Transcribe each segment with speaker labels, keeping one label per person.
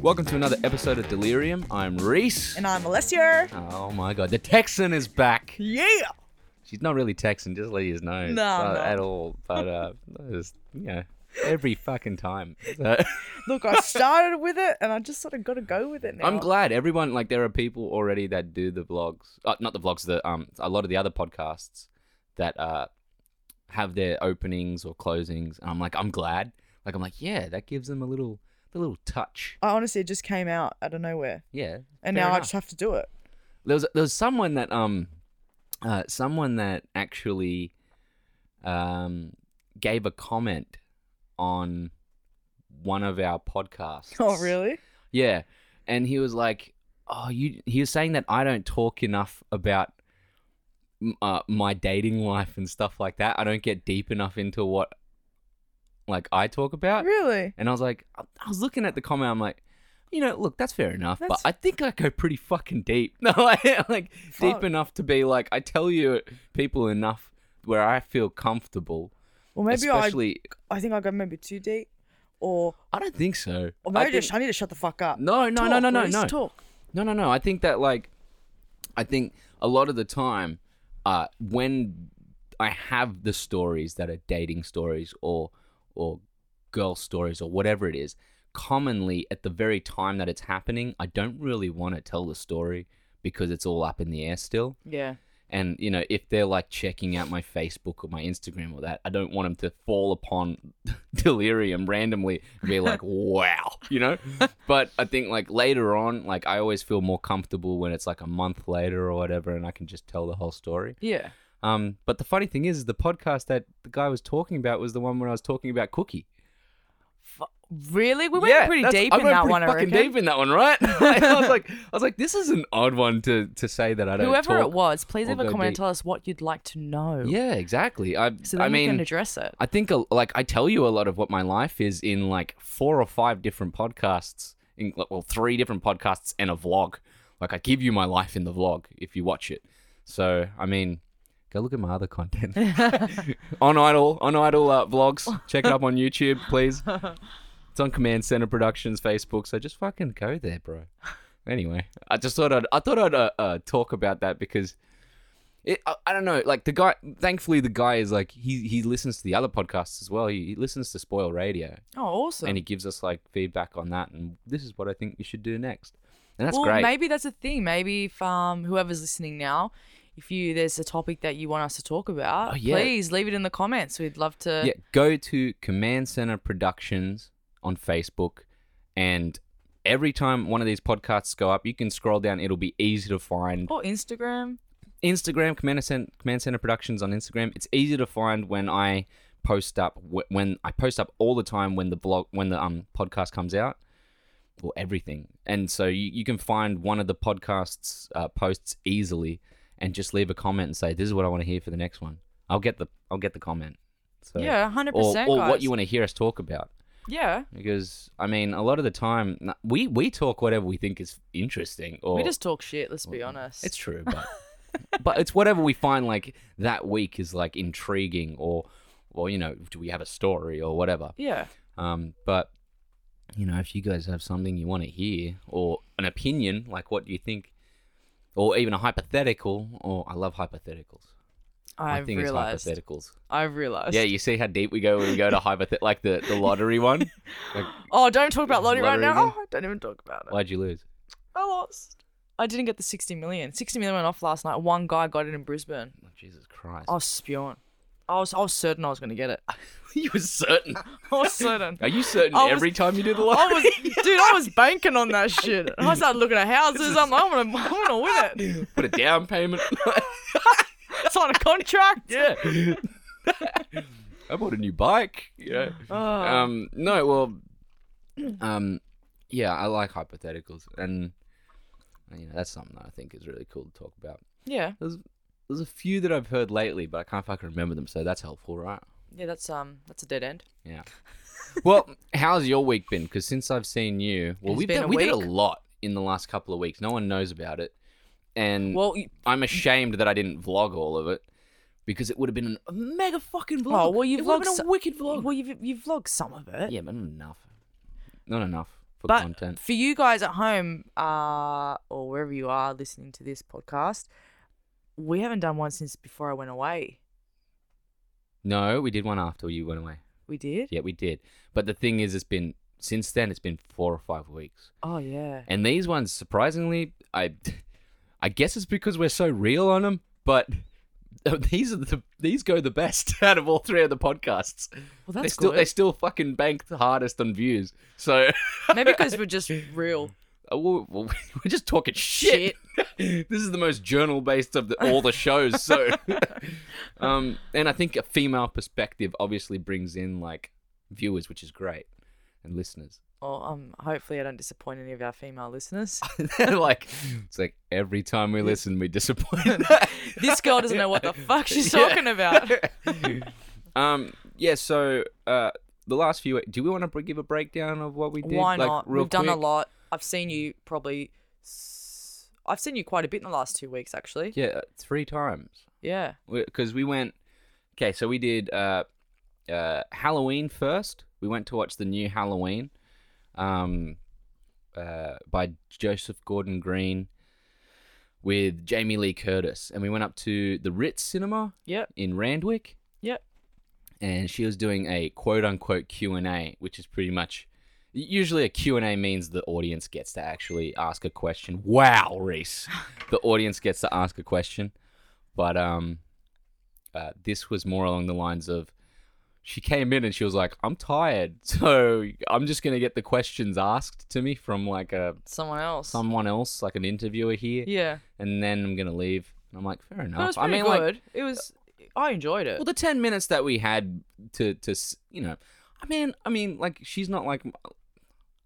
Speaker 1: Welcome to another episode of Delirium. I'm Reese.
Speaker 2: And I'm Alessia.
Speaker 1: oh my god, the Texan is back.
Speaker 2: Yeah.
Speaker 1: She's not really Texan, just let you know.
Speaker 2: No,
Speaker 1: but-
Speaker 2: I'm not.
Speaker 1: at all. But uh, just you know, every fucking time. Uh, So-
Speaker 2: Look, I started with it and I just sort of got to go with it now.
Speaker 1: I'm glad everyone like there are people already that do the vlogs, uh, not the vlogs, the um a lot of the other podcasts that uh have their openings or closings, and I'm like I'm glad, like I'm like yeah, that gives them a little a little touch,
Speaker 2: I honestly, it just came out out of nowhere.
Speaker 1: yeah.
Speaker 2: And now
Speaker 1: fair
Speaker 2: I
Speaker 1: enough.
Speaker 2: just have to do it.
Speaker 1: there was there was someone that um uh someone that actually um gave a comment on one of our podcasts.
Speaker 2: Oh, really?
Speaker 1: Yeah. And he was like, "Oh, you." He was saying that I don't talk enough about m- uh, my dating life and stuff like that. I don't get deep enough into what like I talk about.
Speaker 2: Really?
Speaker 1: And I was like, I I was looking at the comment. I'm like, you know, look, that's fair enough, but
Speaker 2: That's-
Speaker 1: I think I go pretty fucking deep. No, I, like deep
Speaker 2: Fuck.
Speaker 1: enough to be like, I tell you people enough where I feel comfortable.
Speaker 2: Well, maybe
Speaker 1: especially,
Speaker 2: I I think I go maybe too deep. Or,
Speaker 1: I, don't think so.
Speaker 2: or maybe I,
Speaker 1: I think-
Speaker 2: just, I need to shut the fuck up.
Speaker 1: no, no, no,
Speaker 2: Talk,
Speaker 1: no, no,
Speaker 2: Reese,
Speaker 1: no.
Speaker 2: Talk.
Speaker 1: No, no, no. I think that like, I think a lot of the time, uh, when I have the stories that are dating stories or or girl stories or whatever it is, commonly at the very time that it's happening, I don't really want to tell the story because it's all up in the air still.
Speaker 2: Yeah.
Speaker 1: And you know, if they're like checking out my Facebook or my Instagram or that, I don't want them to fall upon delirium randomly and be like, "Wow," you know. But I think like later on, like I always feel more comfortable when it's like a month later or whatever, and I can just tell the whole story.
Speaker 2: Yeah.
Speaker 1: Um, but the funny thing is, is the podcast that the guy was talking about was the one where I was talking about Cookie.
Speaker 2: Really? We
Speaker 1: Yeah, that's- I went pretty fucking deep in that one, right? I was like, I was like, this is an odd one to to say that I don't.
Speaker 3: Whoever it
Speaker 1: talk-
Speaker 3: was, please
Speaker 1: or
Speaker 3: leave
Speaker 1: go
Speaker 3: a comment and
Speaker 1: deep.
Speaker 3: tell us what you'd like to know.
Speaker 1: Yeah, exactly. I
Speaker 3: So then
Speaker 1: I
Speaker 3: we
Speaker 1: mean.
Speaker 3: can address it.
Speaker 1: I think a, like I tell you a lot of what my life is in like four or five different podcasts, in well three different podcasts and a vlog. Like I give you my life in the vlog if you watch it. So I mean, go look at my other content on Idle on Idle uh, vlogs. Check it up on YouTube, please. It's on Command Center Productions Facebook. So just fucking go there, bro. Anyway, I just thought I'd I thought I'd uh, uh, talk about that because it, I, I don't know. Like the guy, thankfully, the guy is like he he listens to the other podcasts as well. He, he listens to Spoil Radio,
Speaker 3: Oh, awesome.
Speaker 1: and he gives us like feedback on that. And this is what I think you should do next. And that's
Speaker 3: well,
Speaker 1: great.
Speaker 3: maybe that's a thing. Maybe if um, whoever's listening now, if you there's a topic that you want us to talk about,
Speaker 1: Oh, yeah.
Speaker 3: please leave it in the comments. We'd love to.
Speaker 1: yeah, go to Command Center Productions on Facebook, and every time one of these podcasts go up, you can scroll down. It'll be easy to find.
Speaker 3: Or Instagram.
Speaker 1: Instagram Command Center, Command Center Productions on Instagram. It's easy to find when I post up wh- when I post up all the time when the blog when the um podcast comes out or everything. And so you, you can find one of the podcasts uh, posts easily and just leave a comment and say this is what I want to hear for the next one. I'll get the I'll get the comment. So
Speaker 3: Yeah, hundred
Speaker 1: or,
Speaker 3: percent.
Speaker 1: or what you want to hear us talk about
Speaker 3: Yeah,
Speaker 1: because I mean a lot of the time n- we we talk whatever we think is interesting or
Speaker 3: we just talk shit. Let's be honest.
Speaker 1: it's true, but but it's whatever we find like that week is like intriguing or or you know, do we have a story or whatever.
Speaker 3: yeah.
Speaker 1: Um but you know, if you guys have something you want to hear or an opinion, like what do you think or even a hypothetical or I love hypotheticals. My
Speaker 3: I've
Speaker 1: thing
Speaker 3: realized.
Speaker 1: is hypotheticals.
Speaker 3: I've realized.
Speaker 1: Yeah, you see how deep we go when we go to hypothet like the, the lottery one? Like
Speaker 3: Oh, don't talk about Lottie right
Speaker 1: Lottery
Speaker 3: now.
Speaker 1: again?
Speaker 3: Oh, don't even talk about it.
Speaker 1: why'd you lose?
Speaker 3: I lost. I didn't get the 60 million. 60 million went off last night. One guy got it in Brisbane.
Speaker 1: Oh, Jesus Christ.
Speaker 3: I was spewing. I was, I was certain I was going to get it. I
Speaker 1: you were certain.
Speaker 3: was certain.
Speaker 1: Are you certain
Speaker 3: I was-
Speaker 1: every time you do the lottery?
Speaker 3: I was, dude, I was banking on that shit. I started looking at houses. I'm, like, I'm gonna, I'm gonna win it.
Speaker 1: Put a down payment.
Speaker 3: Sign a contract.
Speaker 1: yeah. I bought a new bike. Yeah.
Speaker 3: Oh.
Speaker 1: Um. No. Well. Um. Yeah, I like hypotheticals, and you know that's something that I think is really cool to talk about.
Speaker 3: yeah,
Speaker 1: There's there's a few that I've heard lately, but I can't fucking remember them, so that's helpful, right?
Speaker 3: yeah. That's um, that's a dead end.
Speaker 1: Yeah. well, how's your week been? Because since I've seen you, well,
Speaker 3: It's
Speaker 1: we've
Speaker 3: been
Speaker 1: done,
Speaker 3: a
Speaker 1: we did a
Speaker 3: week.
Speaker 1: lot in the last couple of weeks. No one knows about it, and
Speaker 3: Well, you,
Speaker 1: I'm ashamed that I didn't vlog all of it because it would have been a mega fucking vlog.
Speaker 3: Oh, well, you
Speaker 1: it would have
Speaker 3: vlogged
Speaker 1: been a
Speaker 3: so-
Speaker 1: wicked vlog.
Speaker 3: well, you've you've vlogged some of it.
Speaker 1: Yeah, but not enough. Not enough. for
Speaker 3: But
Speaker 1: content.
Speaker 3: for you guys at home, uh, or wherever you are listening to this podcast, we haven't done one since before I went away.
Speaker 1: No, we did one after you went away.
Speaker 3: We did.
Speaker 1: Yeah, we did. But the thing is, it's been since then. It's been four or five weeks,
Speaker 3: Oh yeah.
Speaker 1: and these ones, surprisingly, I, I guess it's because we're so real on them. But these are the these go the best out of all three of the podcasts.
Speaker 3: Well,
Speaker 1: they
Speaker 3: that's
Speaker 1: still they
Speaker 3: good.
Speaker 1: still fucking bank the hardest on views. So
Speaker 3: Maybe because we're just real.
Speaker 1: we're, Uh, we're just talking shit. this is the most journal based of the, all the shows. So, um, and I think a female perspective obviously brings in like viewers, which is great, and listeners.
Speaker 3: Or um, hopefully I don't disappoint any of our female listeners.
Speaker 1: like it's like every time we listen, we disappoint.
Speaker 3: this girl doesn't know what the fuck she's
Speaker 1: Yeah.
Speaker 3: talking about.
Speaker 1: um, yeah. So, uh, the last few. Do we want to give a breakdown of what we did?
Speaker 3: Why
Speaker 1: Like,
Speaker 3: not?
Speaker 1: real
Speaker 3: We've done a
Speaker 1: quick?
Speaker 3: lot. I've seen you probably. s- I've seen you quite a bit in the last two weeks, actually.
Speaker 1: Yeah, uh, three times.
Speaker 3: Yeah.
Speaker 1: because we went. Okay, so we did uh, uh, Halloween first. We went to watch the new Halloween, um, uh, by Joseph Gordon Green with Jamie Lee Curtis, and we went up to the Ritz Cinema
Speaker 3: Yep.
Speaker 1: in Randwick,
Speaker 3: Yep.
Speaker 1: and she was doing a quote unquote Q and A, which is pretty much. Usually, a Q&A means the audience gets to actually ask a question. Wow, Reese. The audience gets to ask a question. But um, uh, this was more along the lines of she came in and she was like, I'm tired. So I'm just going to get the questions asked to me from like a
Speaker 3: Someone else.
Speaker 1: someone else, like an interviewer here.
Speaker 3: Yeah.
Speaker 1: And then I'm going to leave. And I'm like, fair enough.
Speaker 3: It was
Speaker 1: I
Speaker 3: pretty
Speaker 1: mean, like,
Speaker 3: good. it was. I enjoyed it.
Speaker 1: well, the ten minutes that we had to to s- you know, I mean, I mean, like she's not like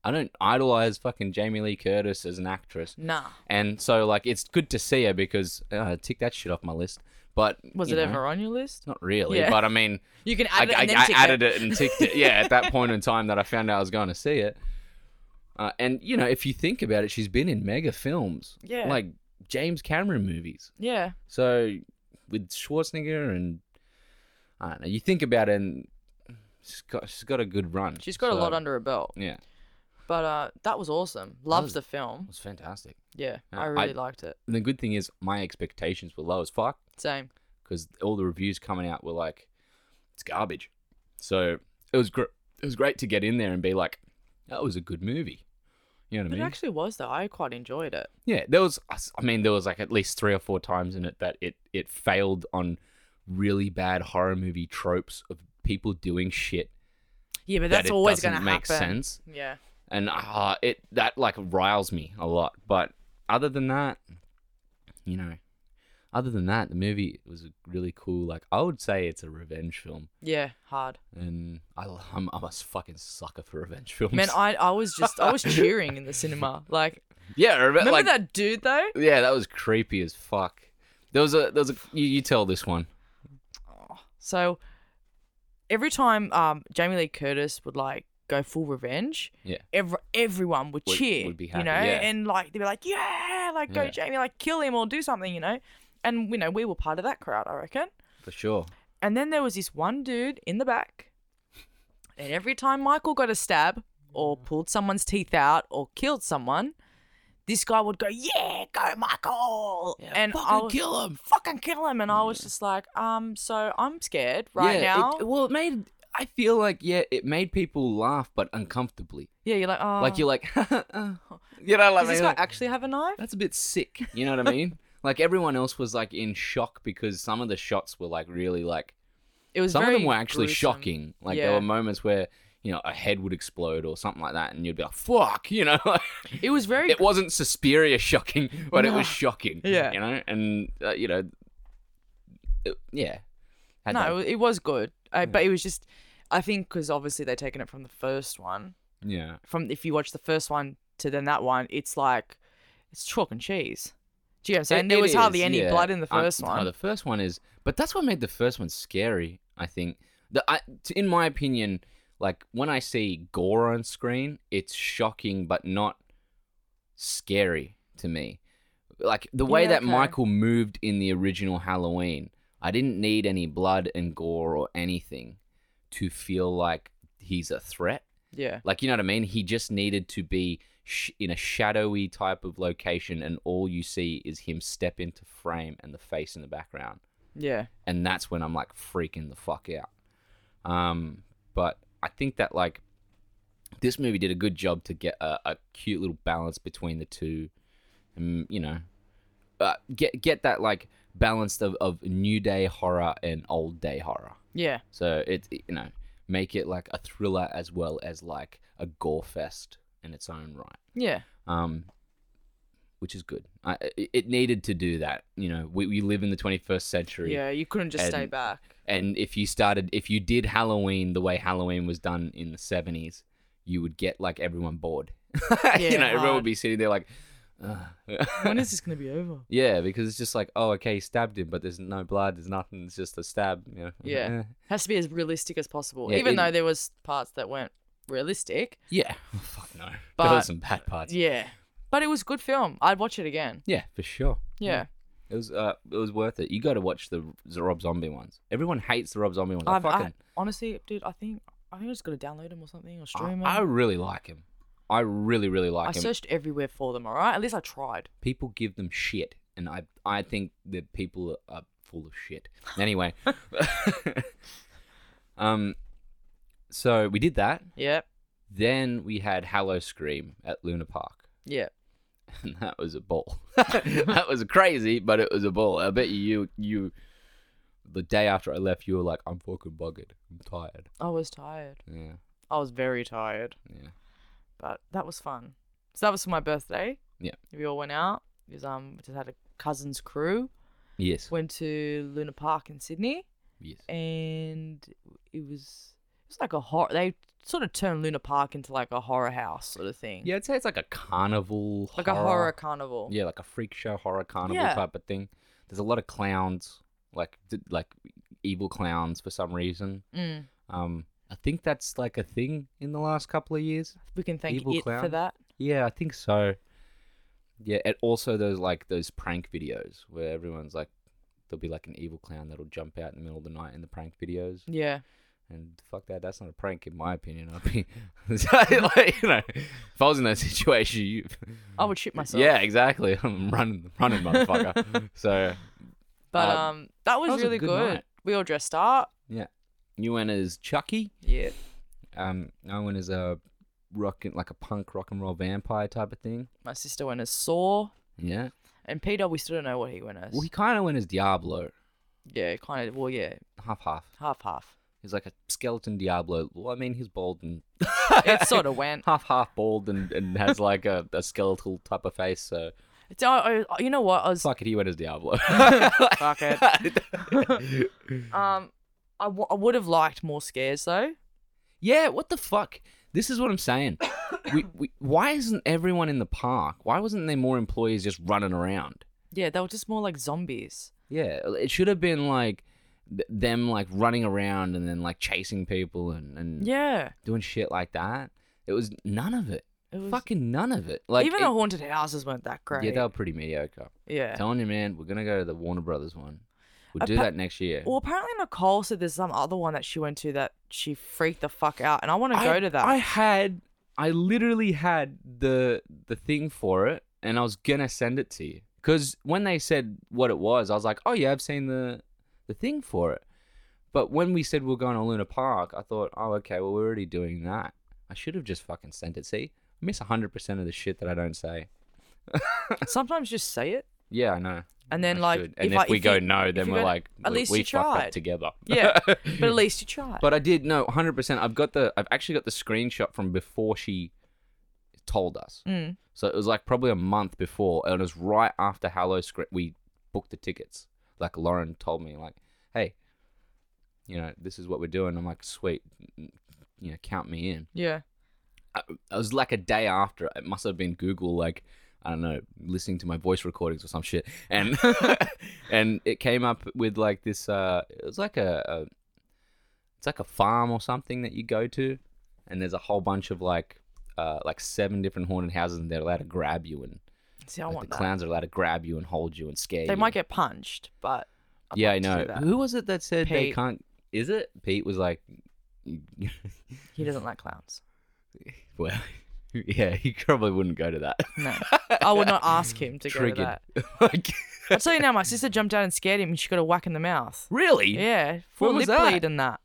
Speaker 1: I don't idolize fucking Jamie Lee Curtis as an actress,
Speaker 3: nah.
Speaker 1: and so like it's good to see her because uh, tick that shit off my list. But
Speaker 3: Was
Speaker 1: you
Speaker 3: it
Speaker 1: know,
Speaker 3: ever on your list?
Speaker 1: Not really,
Speaker 3: Yeah.
Speaker 1: but I mean,
Speaker 3: You can
Speaker 1: I,
Speaker 3: add it
Speaker 1: I-
Speaker 3: and then
Speaker 1: I
Speaker 3: tick
Speaker 1: added it. and ticked it. Yeah, at that point in time that I found out I was going to see it. Uh, and you know, if you think about it, she's been in mega films,
Speaker 3: Yeah.
Speaker 1: like James Cameron movies.
Speaker 3: Yeah.
Speaker 1: So with Schwarzenegger and I don't know, you think about it, and she's got she's got a good run.
Speaker 3: She's got a lot
Speaker 1: So,
Speaker 3: under her belt.
Speaker 1: Yeah, it
Speaker 3: But uh, that was awesome. Loved
Speaker 1: was-
Speaker 3: the film.
Speaker 1: was fantastic.
Speaker 3: Yeah.
Speaker 1: Yeah,
Speaker 3: I
Speaker 1: I-
Speaker 3: really liked it.
Speaker 1: And the good thing is, my expectations were low as fuck
Speaker 3: Same.
Speaker 1: because all the reviews coming out were like, it's garbage. So it was gr- it was great to get in there and be like, that was a good movie. You know what
Speaker 3: But
Speaker 1: I
Speaker 3: it
Speaker 1: mean?
Speaker 3: actually was though. I quite enjoyed it.
Speaker 1: Yeah, there was. I mean, there was like at least three or four times in it that it it failed on really bad horror movie tropes of people doing shit
Speaker 3: Yeah, but
Speaker 1: that
Speaker 3: that's
Speaker 1: it
Speaker 3: always
Speaker 1: doesn't
Speaker 3: gonna
Speaker 1: make
Speaker 3: happen.
Speaker 1: sense.
Speaker 3: Yeah.
Speaker 1: and uh, it that like riles me a lot. But other than that, you know, other than that, the movie was really cool. Like I would say it's a revenge film,
Speaker 3: Yeah. Hard.
Speaker 1: and I, I'm, I'm a fucking sucker for revenge films.
Speaker 3: Man, I, I was just I was cheering in the cinema. Like
Speaker 1: yeah, reve-
Speaker 3: remember
Speaker 1: like,
Speaker 3: that dude though?
Speaker 1: yeah, that was creepy as fuck. There was a there was a you, you tell this one.
Speaker 3: So every time um Jamie Lee Curtis would like go full revenge,
Speaker 1: Yeah.
Speaker 3: every, everyone would,
Speaker 1: Would-
Speaker 3: cheer.
Speaker 1: would be
Speaker 3: you
Speaker 1: happy,
Speaker 3: know,
Speaker 1: yeah.
Speaker 3: and like they'd be like, Yeah, like go
Speaker 1: Yeah.
Speaker 3: Jamie, like kill him or do something, you know? And you know, we were part of that crowd, I reckon.
Speaker 1: For sure.
Speaker 3: And then there was this one dude in the back. And every time Michael got a stab or pulled someone's teeth out or killed someone, this guy would go, Yeah, go Michael. and I was,
Speaker 1: kill him.
Speaker 3: fucking kill him. And I was just like, um, so I'm scared right now.
Speaker 1: It, well, it made. I feel like yeah, it made people laugh, but uncomfortably.
Speaker 3: yeah, you're like, oh,
Speaker 1: Like you're like, you know, like uh,
Speaker 3: does this guy actually have a knife?
Speaker 1: that's a bit sick. You know what I mean? like everyone else was like in shock because some of the shots were like really like
Speaker 3: It was
Speaker 1: some of
Speaker 3: very
Speaker 1: them were actually
Speaker 3: gruesome.
Speaker 1: shocking. Like there
Speaker 3: Yeah.
Speaker 1: were moments where you know a head would explode or something like that, and you'd be like, "Fuck," you know.
Speaker 3: It was very
Speaker 1: it wasn't Suspiria shocking, but it
Speaker 3: No.
Speaker 1: was shocking.
Speaker 3: Yeah.
Speaker 1: you know, and uh, you know, it- yeah. Had
Speaker 3: no,
Speaker 1: that-
Speaker 3: it was good, uh, but it was just, I think, because obviously they're taking it from the first one.
Speaker 1: yeah,
Speaker 3: From if you watch the first one to then that one, it's like it's chalk and cheese. Do you know what I'm saying?
Speaker 1: It-
Speaker 3: there
Speaker 1: it
Speaker 3: was hardly
Speaker 1: is,
Speaker 3: any
Speaker 1: yeah.
Speaker 3: blood in the
Speaker 1: Um,
Speaker 3: first
Speaker 1: no,
Speaker 3: one.
Speaker 1: the first one is, but that's what made the first one scary. I think the, I, t- in my opinion, like when I see gore on screen, it's shocking but not scary to me. Like the way
Speaker 3: Yeah,
Speaker 1: that
Speaker 3: okay.
Speaker 1: Michael moved in the original Halloween, I didn't need any blood and gore or anything to feel like he's a threat.
Speaker 3: Yeah.
Speaker 1: Like, you know what I mean? He just needed to be sh- in a shadowy type of location, and all you see is him step into frame and the face in the background.
Speaker 3: Yeah.
Speaker 1: And that's when I'm like freaking the fuck out. Um, but I think that like this movie did a good job to get a, a cute little balance between the two. Um, you know, uh, get get that like balance of, of new day horror and old day horror.
Speaker 3: Yeah.
Speaker 1: So it it- you know make it like a thriller as well as like a gore fest in its own right.
Speaker 3: Yeah.
Speaker 1: Um, which is good. I, it- it needed to do that. You know, we, we live in the 21st century.
Speaker 3: Yeah. You couldn't just stay
Speaker 1: And-
Speaker 3: back.
Speaker 1: And if you started, if you did Halloween the way Halloween was done in the 70s, you would get like everyone bored. you
Speaker 3: Yeah,
Speaker 1: know, everyone would
Speaker 3: hard.
Speaker 1: be sitting there like, "Ugh."
Speaker 3: when is this gonna be over?
Speaker 1: yeah, because it's just like, oh, okay, he stabbed him, but there's no blood, there's nothing, it's just a stab. You know?
Speaker 3: Yeah.
Speaker 1: Eh.
Speaker 3: Has to be as realistic as possible.
Speaker 1: Yeah,
Speaker 3: Even
Speaker 1: it-
Speaker 3: though there was parts that weren't realistic.
Speaker 1: Yeah. Fuck no. there
Speaker 3: But-
Speaker 1: were some bad parts.
Speaker 3: Yeah. But it was good film. I'd watch it again.
Speaker 1: Yeah, for sure.
Speaker 3: Yeah.
Speaker 1: It was uh, it was worth it. You got to watch the the Rob Zombie ones. Everyone hates the Rob Zombie ones. I
Speaker 3: I've- I-
Speaker 1: fucking,
Speaker 3: honestly, dude, I think I think I just gotta download them or something
Speaker 1: I,
Speaker 3: or stream them.
Speaker 1: I really like him. I really really like
Speaker 3: I
Speaker 1: him.
Speaker 3: searched everywhere for them, all right? At least I tried.
Speaker 1: people give them shit, and I I think that people are full of shit. Anyway, um, so we did that.
Speaker 3: Yep.
Speaker 1: Then we had Hallow Scream at Luna Park,
Speaker 3: Yeah.
Speaker 1: and that was a ball. that was crazy, but it was a ball. I bet you you. The day after I left, you were like, "I'm fucking buggered. I'm tired."
Speaker 3: I was tired.
Speaker 1: Yeah,
Speaker 3: I was very tired.
Speaker 1: yeah.
Speaker 3: But that was fun. So that was for my birthday.
Speaker 1: Yeah.
Speaker 3: We all went out. It was, um just had a cousin's crew.
Speaker 1: Yes.
Speaker 3: Went to Luna Park in Sydney
Speaker 1: Yes.
Speaker 3: and it was it was like a horror they sort of turned Luna Park into like a horror house sort of thing.
Speaker 1: Yeah, I'd say it's like a carnival.
Speaker 3: Like a horror carnival.
Speaker 1: Yeah, like a freak show horror carnival
Speaker 3: Yeah.
Speaker 1: type of thing. There's a lot of clowns, like th- like evil clowns for some reason.
Speaker 3: Mm.
Speaker 1: Um, I think that's like a thing in the last couple of years.
Speaker 3: We can thank
Speaker 1: Evil
Speaker 3: it for
Speaker 1: clowns.
Speaker 3: that.
Speaker 1: Yeah, I think so. Yeah, and also those like those prank videos where everyone's like, there'll be like an evil clown that'll jump out in the middle of the night in the prank videos.
Speaker 3: Yeah.
Speaker 1: And fuck that, that's not a prank in my opinion. I'd be, like, you know, if I was in that situation, you,
Speaker 3: I would shit myself.
Speaker 1: Yeah, exactly. I'm running, running, motherfucker. so
Speaker 3: But
Speaker 1: um,
Speaker 3: um, that was,
Speaker 1: that was a
Speaker 3: really
Speaker 1: good
Speaker 3: good.
Speaker 1: night.
Speaker 3: We all dressed up.
Speaker 1: you went as Chucky.
Speaker 3: Yeah.
Speaker 1: Um, I went as a rock, and- like a punk rock and roll vampire type of thing.
Speaker 3: My sister went as Saw.
Speaker 1: Yeah.
Speaker 3: And Peter, we still don't know what he went as.
Speaker 1: Well, he kind of went as Diablo,
Speaker 3: yeah, kind of. Well, yeah,
Speaker 1: half half.
Speaker 3: half half.
Speaker 1: He's like a skeleton Diablo. Well, I mean, he's bald and
Speaker 3: It sort of went.
Speaker 1: half half bald and, and has like a, a skeletal type of face. So
Speaker 3: It's, I, I, you know what? I was
Speaker 1: fuck it, he went as Diablo.
Speaker 3: fuck it. Um, I, w- I would have liked more scares though.
Speaker 1: Yeah, what the fuck? This is what I'm saying. we, we, why isn't everyone in the park? Why wasn't there more employees just running around?
Speaker 3: Yeah, they were just more like zombies.
Speaker 1: Yeah, it should have been like th- them like running around and then like chasing people and, and
Speaker 3: Yeah.
Speaker 1: doing shit like that. It was none of it.
Speaker 3: It was,
Speaker 1: Fucking none of it. Like
Speaker 3: even
Speaker 1: it-
Speaker 3: the haunted houses weren't that great.
Speaker 1: yeah, they were pretty mediocre.
Speaker 3: Yeah.
Speaker 1: Telling you, man, we're gonna go to the Warner Brothers one. We'll do
Speaker 3: Appa-
Speaker 1: that next year.
Speaker 3: Well, apparently Nicole said there's some other one that she went to that she freaked the fuck out, and I want to go to that.
Speaker 1: I had, I literally had the the thing for it, and I was gonna send it to you because when they said what it was, I was like, oh yeah, I've seen the the thing for it. But when we said we are going to Luna Park, I thought, oh okay, well we're already doing that. I should have just fucking sent it. See, I miss hundred percent of the shit that I don't say.
Speaker 3: Sometimes just say it.
Speaker 1: Yeah, I know.
Speaker 3: And then,
Speaker 1: I
Speaker 3: like,
Speaker 1: should. and
Speaker 3: if
Speaker 1: if,
Speaker 3: I-
Speaker 1: we
Speaker 3: if
Speaker 1: go
Speaker 3: you-
Speaker 1: no,
Speaker 3: if
Speaker 1: then
Speaker 3: you
Speaker 1: we're
Speaker 3: go-
Speaker 1: like,
Speaker 3: at
Speaker 1: we,
Speaker 3: least
Speaker 1: we
Speaker 3: you
Speaker 1: fucked up
Speaker 3: tried.
Speaker 1: together.
Speaker 3: Yeah, But at least you tried.
Speaker 1: But I did no, hundred percent. I've got the. I've actually got the screenshot from before she told us.
Speaker 3: Mm.
Speaker 1: So it was like probably a month before, and it was right after Hallow script. We booked the tickets. Like Lauren told me, like, hey, you know, this is what we're doing. I'm like, sweet, you know, count me in.
Speaker 3: yeah.
Speaker 1: I, it was like a day after. It must have been Google, like I don't know, listening to my voice recordings or some shit, and and it came up with like this. Uh, it was like a, a, it's like a farm or something that you go to, and there's a whole bunch of like, uh, like seven different haunted houses, and they're allowed to grab you, and
Speaker 3: See, I
Speaker 1: like, the
Speaker 3: want that.
Speaker 1: clowns are allowed to grab you and hold you and scare you.
Speaker 3: They might get punched, but I'd
Speaker 1: yeah, I
Speaker 3: like to
Speaker 1: know.
Speaker 3: do that.
Speaker 1: Who was it that said they
Speaker 3: Pete.
Speaker 1: can't? Is it Pete? Was like.
Speaker 3: He doesn't like clowns.
Speaker 1: Well, yeah, he probably wouldn't go to that.
Speaker 3: No. I would not ask him to go to
Speaker 1: Triggered.
Speaker 3: that.
Speaker 1: like,
Speaker 3: I'll tell you now, my sister jumped out and scared him and she got a whack in the mouth.
Speaker 1: really?
Speaker 3: Yeah, full
Speaker 1: was
Speaker 3: lip
Speaker 1: that?
Speaker 3: bleed and that.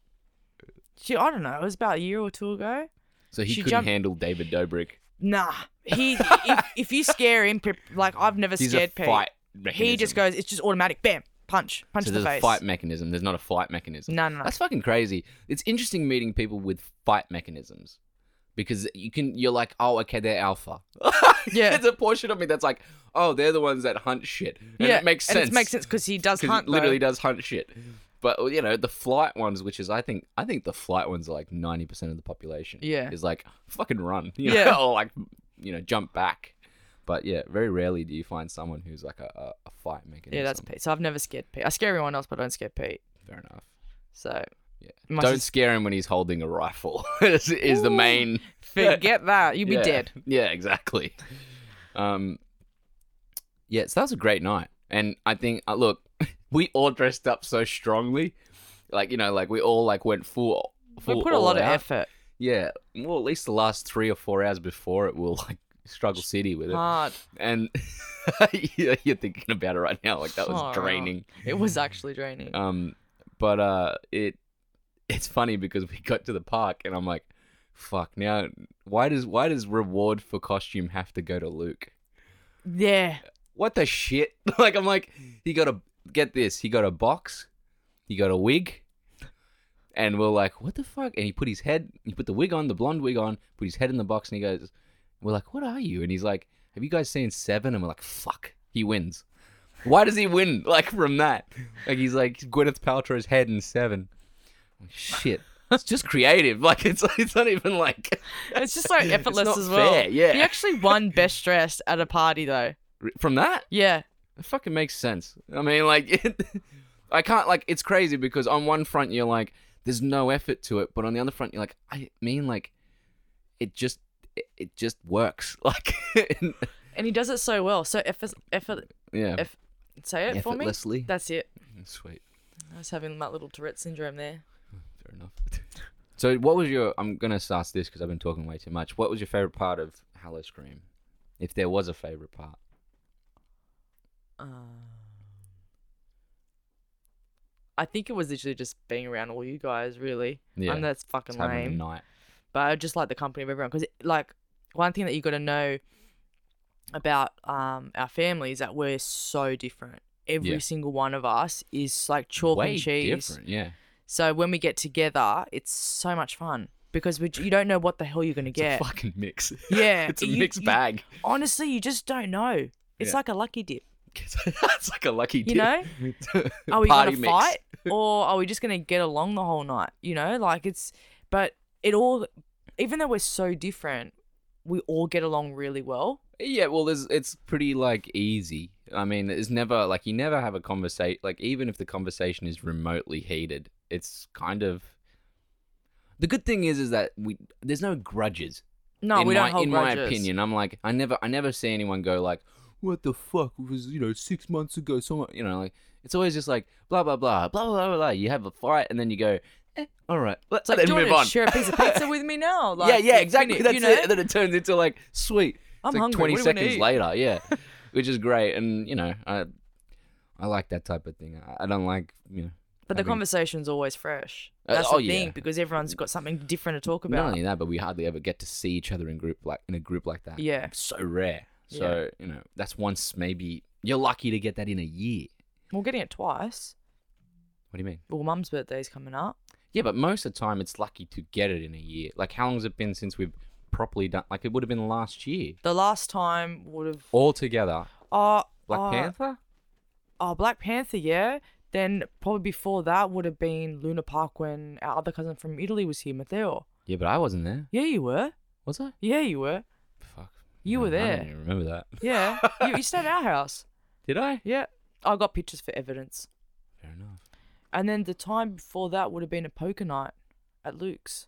Speaker 3: She, I don't know, it was about a year or two ago.
Speaker 1: So he
Speaker 3: She
Speaker 1: couldn't
Speaker 3: jumped-
Speaker 1: handle David Dobrik.
Speaker 3: Nah, he if, if you scare him, pe- like I've never
Speaker 1: He's
Speaker 3: scared
Speaker 1: a
Speaker 3: Pete.
Speaker 1: fight.
Speaker 3: He just
Speaker 1: mechanism.
Speaker 3: goes, it's just automatic, bam, punch, punch
Speaker 1: So
Speaker 3: in the
Speaker 1: there's a
Speaker 3: face.
Speaker 1: fight mechanism. There's not a flight mechanism.
Speaker 3: No, no, no.
Speaker 1: That's fucking crazy. It's interesting meeting people with fight mechanisms because you can you're like, oh, okay, they're alpha.
Speaker 3: Yeah.
Speaker 1: there's a portion of me that's like, oh, they're the ones that hunt shit. And
Speaker 3: yeah,
Speaker 1: it makes sense.
Speaker 3: And it makes sense because he does
Speaker 1: 'cause
Speaker 3: hunt.
Speaker 1: it literally
Speaker 3: though.
Speaker 1: does hunt shit. But you know, the flight ones, which is I think I think the flight ones are like ninety percent of the population.
Speaker 3: Yeah.
Speaker 1: Is like fucking run. You
Speaker 3: Yeah.
Speaker 1: know, or like you know, jump back. But yeah, very rarely do you find someone who's like a, a, a fight mechanism.
Speaker 3: Yeah, that's Pete. So I've never scared Pete. I scare everyone else, but I don't scare Pete.
Speaker 1: fair enough.
Speaker 3: So
Speaker 1: Yeah.
Speaker 3: my
Speaker 1: Don't
Speaker 3: sis-
Speaker 1: scare him when he's holding a rifle. is, is the
Speaker 3: Ooh.
Speaker 1: main.
Speaker 3: forget that. You'd be
Speaker 1: yeah.
Speaker 3: dead.
Speaker 1: Yeah, exactly. Um, yeah, so that was a great night, and I think uh, look, we all dressed up so strongly, like you know, like we all like went full. full
Speaker 3: We put a
Speaker 1: all
Speaker 3: lot of
Speaker 1: out.
Speaker 3: effort.
Speaker 1: Yeah, well, at least the last three or four hours before it, we'll like struggle city with it,
Speaker 3: Hard.
Speaker 1: and yeah, you're thinking about it right now, like that was
Speaker 3: Oh.
Speaker 1: draining.
Speaker 3: It was actually draining.
Speaker 1: Um, but uh, it it's funny because we got to the park and I'm like, fuck. Now, why does why does reward for costume have to go to Luke?
Speaker 3: yeah.
Speaker 1: What the shit? Like I'm like, he got a get this. He got a box. He got a wig. And we're like, what the fuck? And he put his head, he put the wig on, the blonde wig on, put his head in the box, and he goes, we're like, what are you? And he's like, have you guys seen Seven? And we're like, fuck, he wins. Why does he win? Like from that, like he's like Gwyneth Paltrow's head in Seven. Like, Shit, it's just creative. Like it's it's not even like
Speaker 3: It's just so effortless
Speaker 1: not
Speaker 3: as well.
Speaker 1: fair, yeah.
Speaker 3: He actually won best dressed at a party though.
Speaker 1: from that.
Speaker 3: Yeah.
Speaker 1: It fucking makes sense. I mean, like, it, I can't, like, it's crazy because on one front, you're like, there's no effort to it. But on the other front, you're like, I mean, like, it just, it, it just works. Like,
Speaker 3: And he does it so well. So effort effort
Speaker 1: yeah.
Speaker 3: Eff- say it for me.
Speaker 1: Effortlessly.
Speaker 3: That's it.
Speaker 1: Mm, Sweet.
Speaker 3: I was having that little Tourette syndrome there.
Speaker 1: Fair enough. so, what was your, I'm going to start this because I've been talking way too much. What was your favorite part of Hallow Scream? If there was a favorite part.
Speaker 3: Um, I think it was literally just being around all you guys, really.
Speaker 1: Yeah.
Speaker 3: I mean, that's fucking
Speaker 1: It's having a
Speaker 3: lame.
Speaker 1: night.
Speaker 3: But I just like the company of everyone because, like, one thing that you got to know about um, our family is that we're so different. Every
Speaker 1: Yeah.
Speaker 3: single one of us is like chalk
Speaker 1: Way
Speaker 3: and cheese.
Speaker 1: different. Yeah.
Speaker 3: So when we get together, it's so much fun because we, you don't know what the hell you're gonna
Speaker 1: It's
Speaker 3: get.
Speaker 1: a fucking mix.
Speaker 3: yeah,
Speaker 1: it's a
Speaker 3: you-
Speaker 1: mixed
Speaker 3: you-
Speaker 1: bag.
Speaker 3: honestly, you just don't know. It's
Speaker 1: Yeah.
Speaker 3: like a lucky dip.
Speaker 1: it's like a lucky dip.
Speaker 3: You know? Are we
Speaker 1: Party
Speaker 3: gonna
Speaker 1: mix.
Speaker 3: fight or are we just gonna get along the whole night? You know, like it's. But it all, even though we're so different, we all get along really well.
Speaker 1: Yeah, well, there's, it's pretty like easy. I mean, it's never like you never have a conversation. Like even if the conversation is remotely heated, it's kind of. The good thing is, is that we there's no grudges.
Speaker 3: No,
Speaker 1: in
Speaker 3: we
Speaker 1: my,
Speaker 3: don't hold
Speaker 1: In my
Speaker 3: grudges.
Speaker 1: opinion, I'm like I never I never see anyone go like, what the fuck was you know six months ago? Someone you know like it's always just like blah blah blah blah blah blah. blah. You have a fight and then you go, eh, all right, let's
Speaker 3: It's like,
Speaker 1: and
Speaker 3: do you
Speaker 1: move
Speaker 3: want
Speaker 1: on.
Speaker 3: to share a piece of pizza with me now? Like,
Speaker 1: yeah, yeah,
Speaker 3: it's
Speaker 1: exactly.
Speaker 3: pretty-
Speaker 1: That's
Speaker 3: you know?
Speaker 1: it. And then it turns into like, sweet. It's
Speaker 3: I'm
Speaker 1: like
Speaker 3: hungry.
Speaker 1: 20
Speaker 3: What do you wanna
Speaker 1: seconds
Speaker 3: eat?
Speaker 1: later, yeah. Which is great. And, you know, I I like that type of thing. I, I don't like, you know,
Speaker 3: But the
Speaker 1: having-
Speaker 3: conversation's always fresh.
Speaker 1: Uh,
Speaker 3: That's
Speaker 1: oh,
Speaker 3: the thing
Speaker 1: yeah.
Speaker 3: because everyone's got something different to talk
Speaker 1: not
Speaker 3: about.
Speaker 1: only that, but we hardly ever get to see each other in group like in a group like that.
Speaker 3: Yeah.
Speaker 1: So rare. So, you know, that's once maybe you're lucky to get that in a year.
Speaker 3: We're getting it twice.
Speaker 1: What do you mean?
Speaker 3: Well, Mum's birthday's coming up.
Speaker 1: Yeah, but most of the time it's lucky to get it in a year. Like how long has it been since we've properly done like it would have been last year.
Speaker 3: The last time would have.
Speaker 1: All together.
Speaker 3: Oh,
Speaker 1: Black
Speaker 3: oh,
Speaker 1: Panther?
Speaker 3: Oh, Black Panther, yeah. Then probably before that would have been Luna Park when our other cousin from Italy was here, Matteo.
Speaker 1: Yeah, but I wasn't there.
Speaker 3: Yeah, you were.
Speaker 1: Was I?
Speaker 3: Yeah, you were.
Speaker 1: Fuck.
Speaker 3: You were
Speaker 1: Man, I
Speaker 3: there.
Speaker 1: don't even remember that.
Speaker 3: Yeah. you, you stayed at our house.
Speaker 1: Did I?
Speaker 3: Yeah. I got pictures for evidence.
Speaker 1: Fair enough.
Speaker 3: And then the time before that would have been a poker night at Luke's.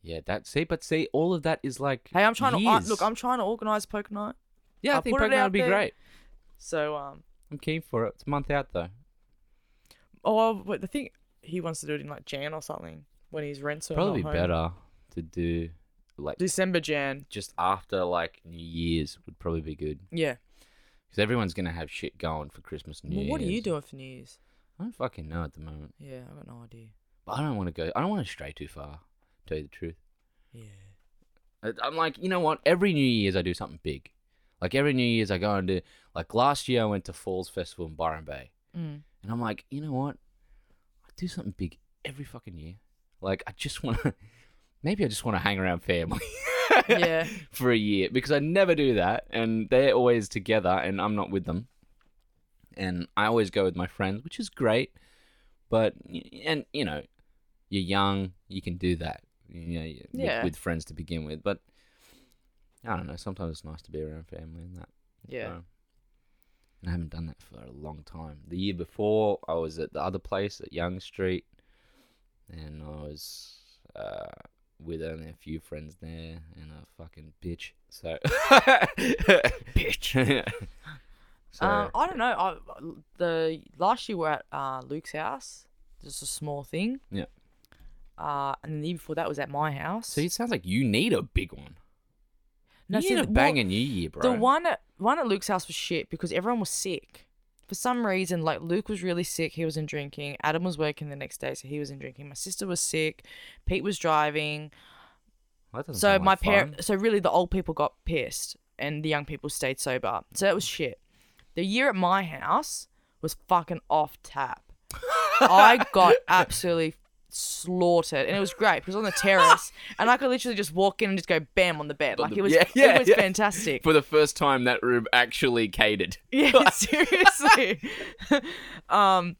Speaker 1: Yeah, that see, but see, all of that is like.
Speaker 3: Hey, I'm trying
Speaker 1: years.
Speaker 3: to I, look. I'm trying to organize poker night.
Speaker 1: yeah, I
Speaker 3: I'll
Speaker 1: think
Speaker 3: put it
Speaker 1: Pokemon
Speaker 3: out
Speaker 1: would be
Speaker 3: there.
Speaker 1: great.
Speaker 3: So um,
Speaker 1: I'm keen for it. It's a month out though.
Speaker 3: oh, but the thing he wants to do it in like Jan or something when he's rent.
Speaker 1: Probably better to do like
Speaker 3: December, Jan.
Speaker 1: just after like New Year's would probably be good
Speaker 3: Yeah.
Speaker 1: because everyone's gonna have shit going for Christmas and New
Speaker 3: Well,
Speaker 1: Year's.
Speaker 3: what are you doing for New Year's?
Speaker 1: I don't fucking know at the moment,
Speaker 3: Yeah, I got no idea.
Speaker 1: but I don't want to go. I don't want to stray too far. To tell you the truth,
Speaker 3: Yeah.
Speaker 1: I- I'm like, you know what? Every New Year's I do something big. Like every New Year's I go and do. Like last year I went to Falls Festival in Byron Bay.
Speaker 3: Mm.
Speaker 1: And I'm like, you know what? I do something big every fucking year. Like, I just want to, maybe I just want to hang around family
Speaker 3: Yeah.
Speaker 1: for a year because I never do that. And they're always together and I'm not with them. And I always go with my friends, which is great. But, and, you know, you're young, you can do that, you know, with-
Speaker 3: Yeah.
Speaker 1: with friends to begin with. But I don't know, sometimes it's nice to be around family and that.
Speaker 3: Yeah.
Speaker 1: So- and I haven't done that for a long time. The year before, I was at the other place at Young Street, and I was uh, with only a few friends there and a fucking bitch. So, bitch. so,
Speaker 3: Um, I don't know. I, the last year we we're at uh, Luke's house, just a small thing.
Speaker 1: Yeah.
Speaker 3: Uh, and then the year before that was at my house.
Speaker 1: so it sounds like you need a big one.
Speaker 3: No,
Speaker 1: you
Speaker 3: see,
Speaker 1: need a
Speaker 3: the- well,
Speaker 1: banger new year, bro.
Speaker 3: The one at one at Luke's house was shit because everyone was sick. For some reason, like Luke was really sick, he wasn't drinking. Adam was working the next day, so he wasn't drinking. My sister was sick. Pete was driving.
Speaker 1: That doesn't
Speaker 3: So
Speaker 1: sound
Speaker 3: my
Speaker 1: like fun.
Speaker 3: parent, so really the old people got pissed and the young people stayed sober. So that was shit. The year at my house was fucking off tap. I got absolutely slaughtered and it was great because it was on the terrace and I could literally just walk in and just go bam on the bed. Like
Speaker 1: the-
Speaker 3: it was
Speaker 1: yeah, yeah,
Speaker 3: it was
Speaker 1: yeah.
Speaker 3: fantastic.
Speaker 1: For the first time, that room actually catered.
Speaker 3: Yeah, seriously. um,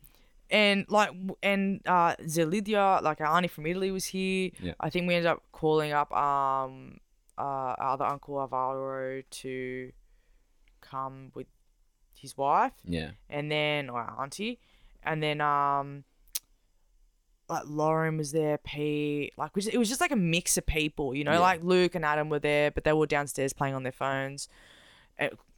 Speaker 3: and like, w- and uh, Zelidia, like our auntie from Italy, was here.
Speaker 1: Yeah.
Speaker 3: I think we ended up calling up um, uh, our other uncle Alvaro to come with his wife,
Speaker 1: Yeah.
Speaker 3: and then or our auntie, and then um. Like Lauren was there, Pete. Like we just, it was just like a mix of people, you know.
Speaker 1: Yeah.
Speaker 3: Like Luke and Adam were there, but they were downstairs playing on their phones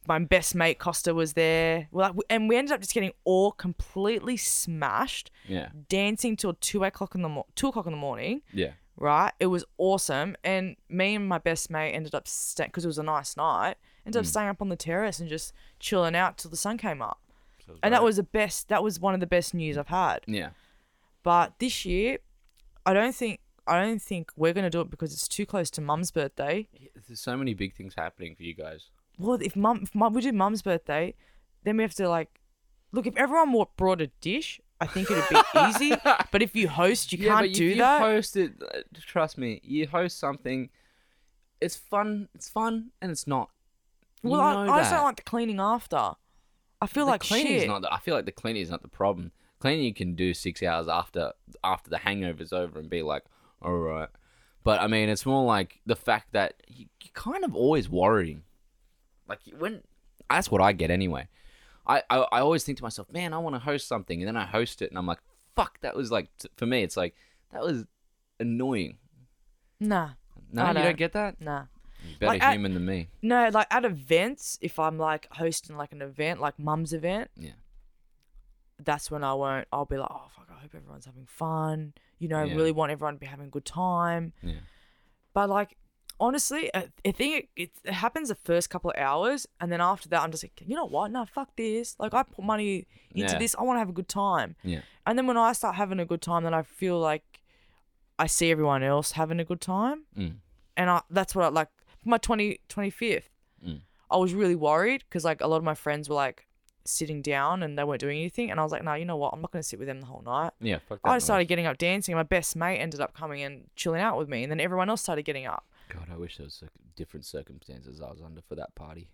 Speaker 3: my best mate Costa was there. Well, like, and we ended up just getting all completely smashed,
Speaker 1: Yeah.
Speaker 3: dancing till two o'clock in the mo- two o'clock in the morning.
Speaker 1: Yeah.
Speaker 3: Right, it was awesome. And me and my best mate ended up staying because it was a nice night. Ended up staying up on the terrace and just chilling out till the sun came up. And that was the best. That was one of the best news I've had.
Speaker 1: Yeah.
Speaker 3: But this year, I don't think I don't think we're gonna do it because it's too close to Mum's birthday.
Speaker 1: There's so many big things happening for you guys.
Speaker 3: well, if mum, if mum, we do mum's birthday, then we have to like, look, if everyone wa- brought a dish, I think it'd be easy. But if you host, you can't
Speaker 1: but
Speaker 3: do
Speaker 1: if you
Speaker 3: that.
Speaker 1: host it. uh, Trust me, you host something. It's fun. It's fun, and it's not.
Speaker 3: well,
Speaker 1: you
Speaker 3: I,
Speaker 1: know
Speaker 3: I just
Speaker 1: that.
Speaker 3: don't like the cleaning after. I feel
Speaker 1: the
Speaker 3: like
Speaker 1: cleaning
Speaker 3: shit.
Speaker 1: is not. The, I feel like the cleaning is not the problem. Cleaning you can do six hours after after the hangover's over and be like, all right. But I mean, it's more like the fact that you, you're kind of always worrying. Like you- when that's what I get anyway. I, I I always think to myself, man, I want to host something, and then I host it, and I'm like, fuck, that was like t- for me, it's like that was annoying.
Speaker 3: nah,
Speaker 1: No,
Speaker 3: I
Speaker 1: you don't
Speaker 3: don't.
Speaker 1: get that.
Speaker 3: nah.
Speaker 1: Better
Speaker 3: Like, I-
Speaker 1: human than me.
Speaker 3: No, like at events, if I'm like hosting like an event, like mum's event,
Speaker 1: Yeah.
Speaker 3: that's when I won't. I'll be like, oh fuck, I hope everyone's having fun. You know,
Speaker 1: Yeah.
Speaker 3: really want everyone to be having a good time.
Speaker 1: Yeah.
Speaker 3: But like, honestly, I, I think it, it, it happens the first couple of hours, and then after that, I'm just like, you know what? No, fuck this. Like, I put money into
Speaker 1: Yeah.
Speaker 3: this. I want to have a good time.
Speaker 1: Yeah.
Speaker 3: And then when I start having a good time, then I feel like I see everyone else having a good time,
Speaker 1: Mm.
Speaker 3: and I that's what I like. My 20, 25th,
Speaker 1: Mm.
Speaker 3: I was really worried because like a lot of my friends were like sitting down and they weren't doing anything, and I was like, no, you know what? I'm not gonna sit with them the whole night.
Speaker 1: Yeah. Fuck that.
Speaker 3: I started getting up dancing. My best mate ended up coming and chilling out with me, and then everyone else started getting up.
Speaker 1: God, I wish there was circ- different circumstances I was under for that party.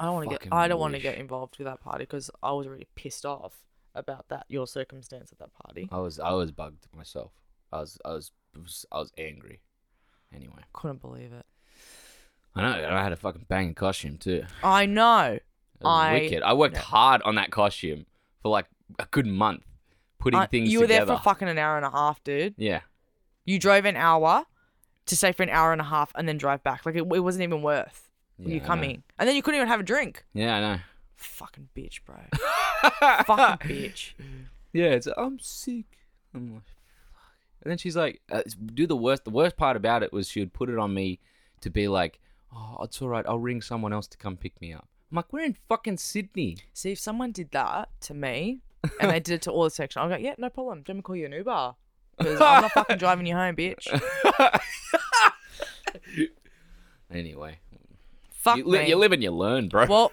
Speaker 3: I don't want to get.
Speaker 1: Fucking
Speaker 3: I don't want to
Speaker 1: wish.
Speaker 3: get involved with that party because I was already pissed off about that your circumstance at that party.
Speaker 1: I was I was bugged myself. I was I was I was angry. Anyway,
Speaker 3: Couldn't believe it.
Speaker 1: I know and I had a fucking banging costume too.
Speaker 3: I know.
Speaker 1: It was
Speaker 3: I-
Speaker 1: wicked. I worked
Speaker 3: no.
Speaker 1: hard on that costume for like a good month, putting
Speaker 3: I-
Speaker 1: things
Speaker 3: you were
Speaker 1: together.
Speaker 3: there for fucking an hour and a half, dude.
Speaker 1: yeah,
Speaker 3: You drove an hour to stay for an hour and a half and then drive back. Like it, it wasn't even worth
Speaker 1: Yeah, I
Speaker 3: you
Speaker 1: know.
Speaker 3: coming, and then you couldn't even have a drink.
Speaker 1: Yeah, I know.
Speaker 3: Fucking bitch, bro. fucking bitch.
Speaker 1: Yeah, it's I'm sick. I'm like, fuck. And then she's like, uh, it's- do the worst. The worst part about it was she would put it on me to be like, oh, it's all right. I'll ring someone else to come pick me up. I'm like, we're in fucking Sydney.
Speaker 3: See, if someone did that to me and they did it to all the section, I'm like, yeah, no problem. Let me call you an Uber. 'Cause I'm not fucking driving you home, bitch.
Speaker 1: Anyway,
Speaker 3: Fuck
Speaker 1: you, li-
Speaker 3: me.
Speaker 1: you live and you learn, bro.
Speaker 3: well,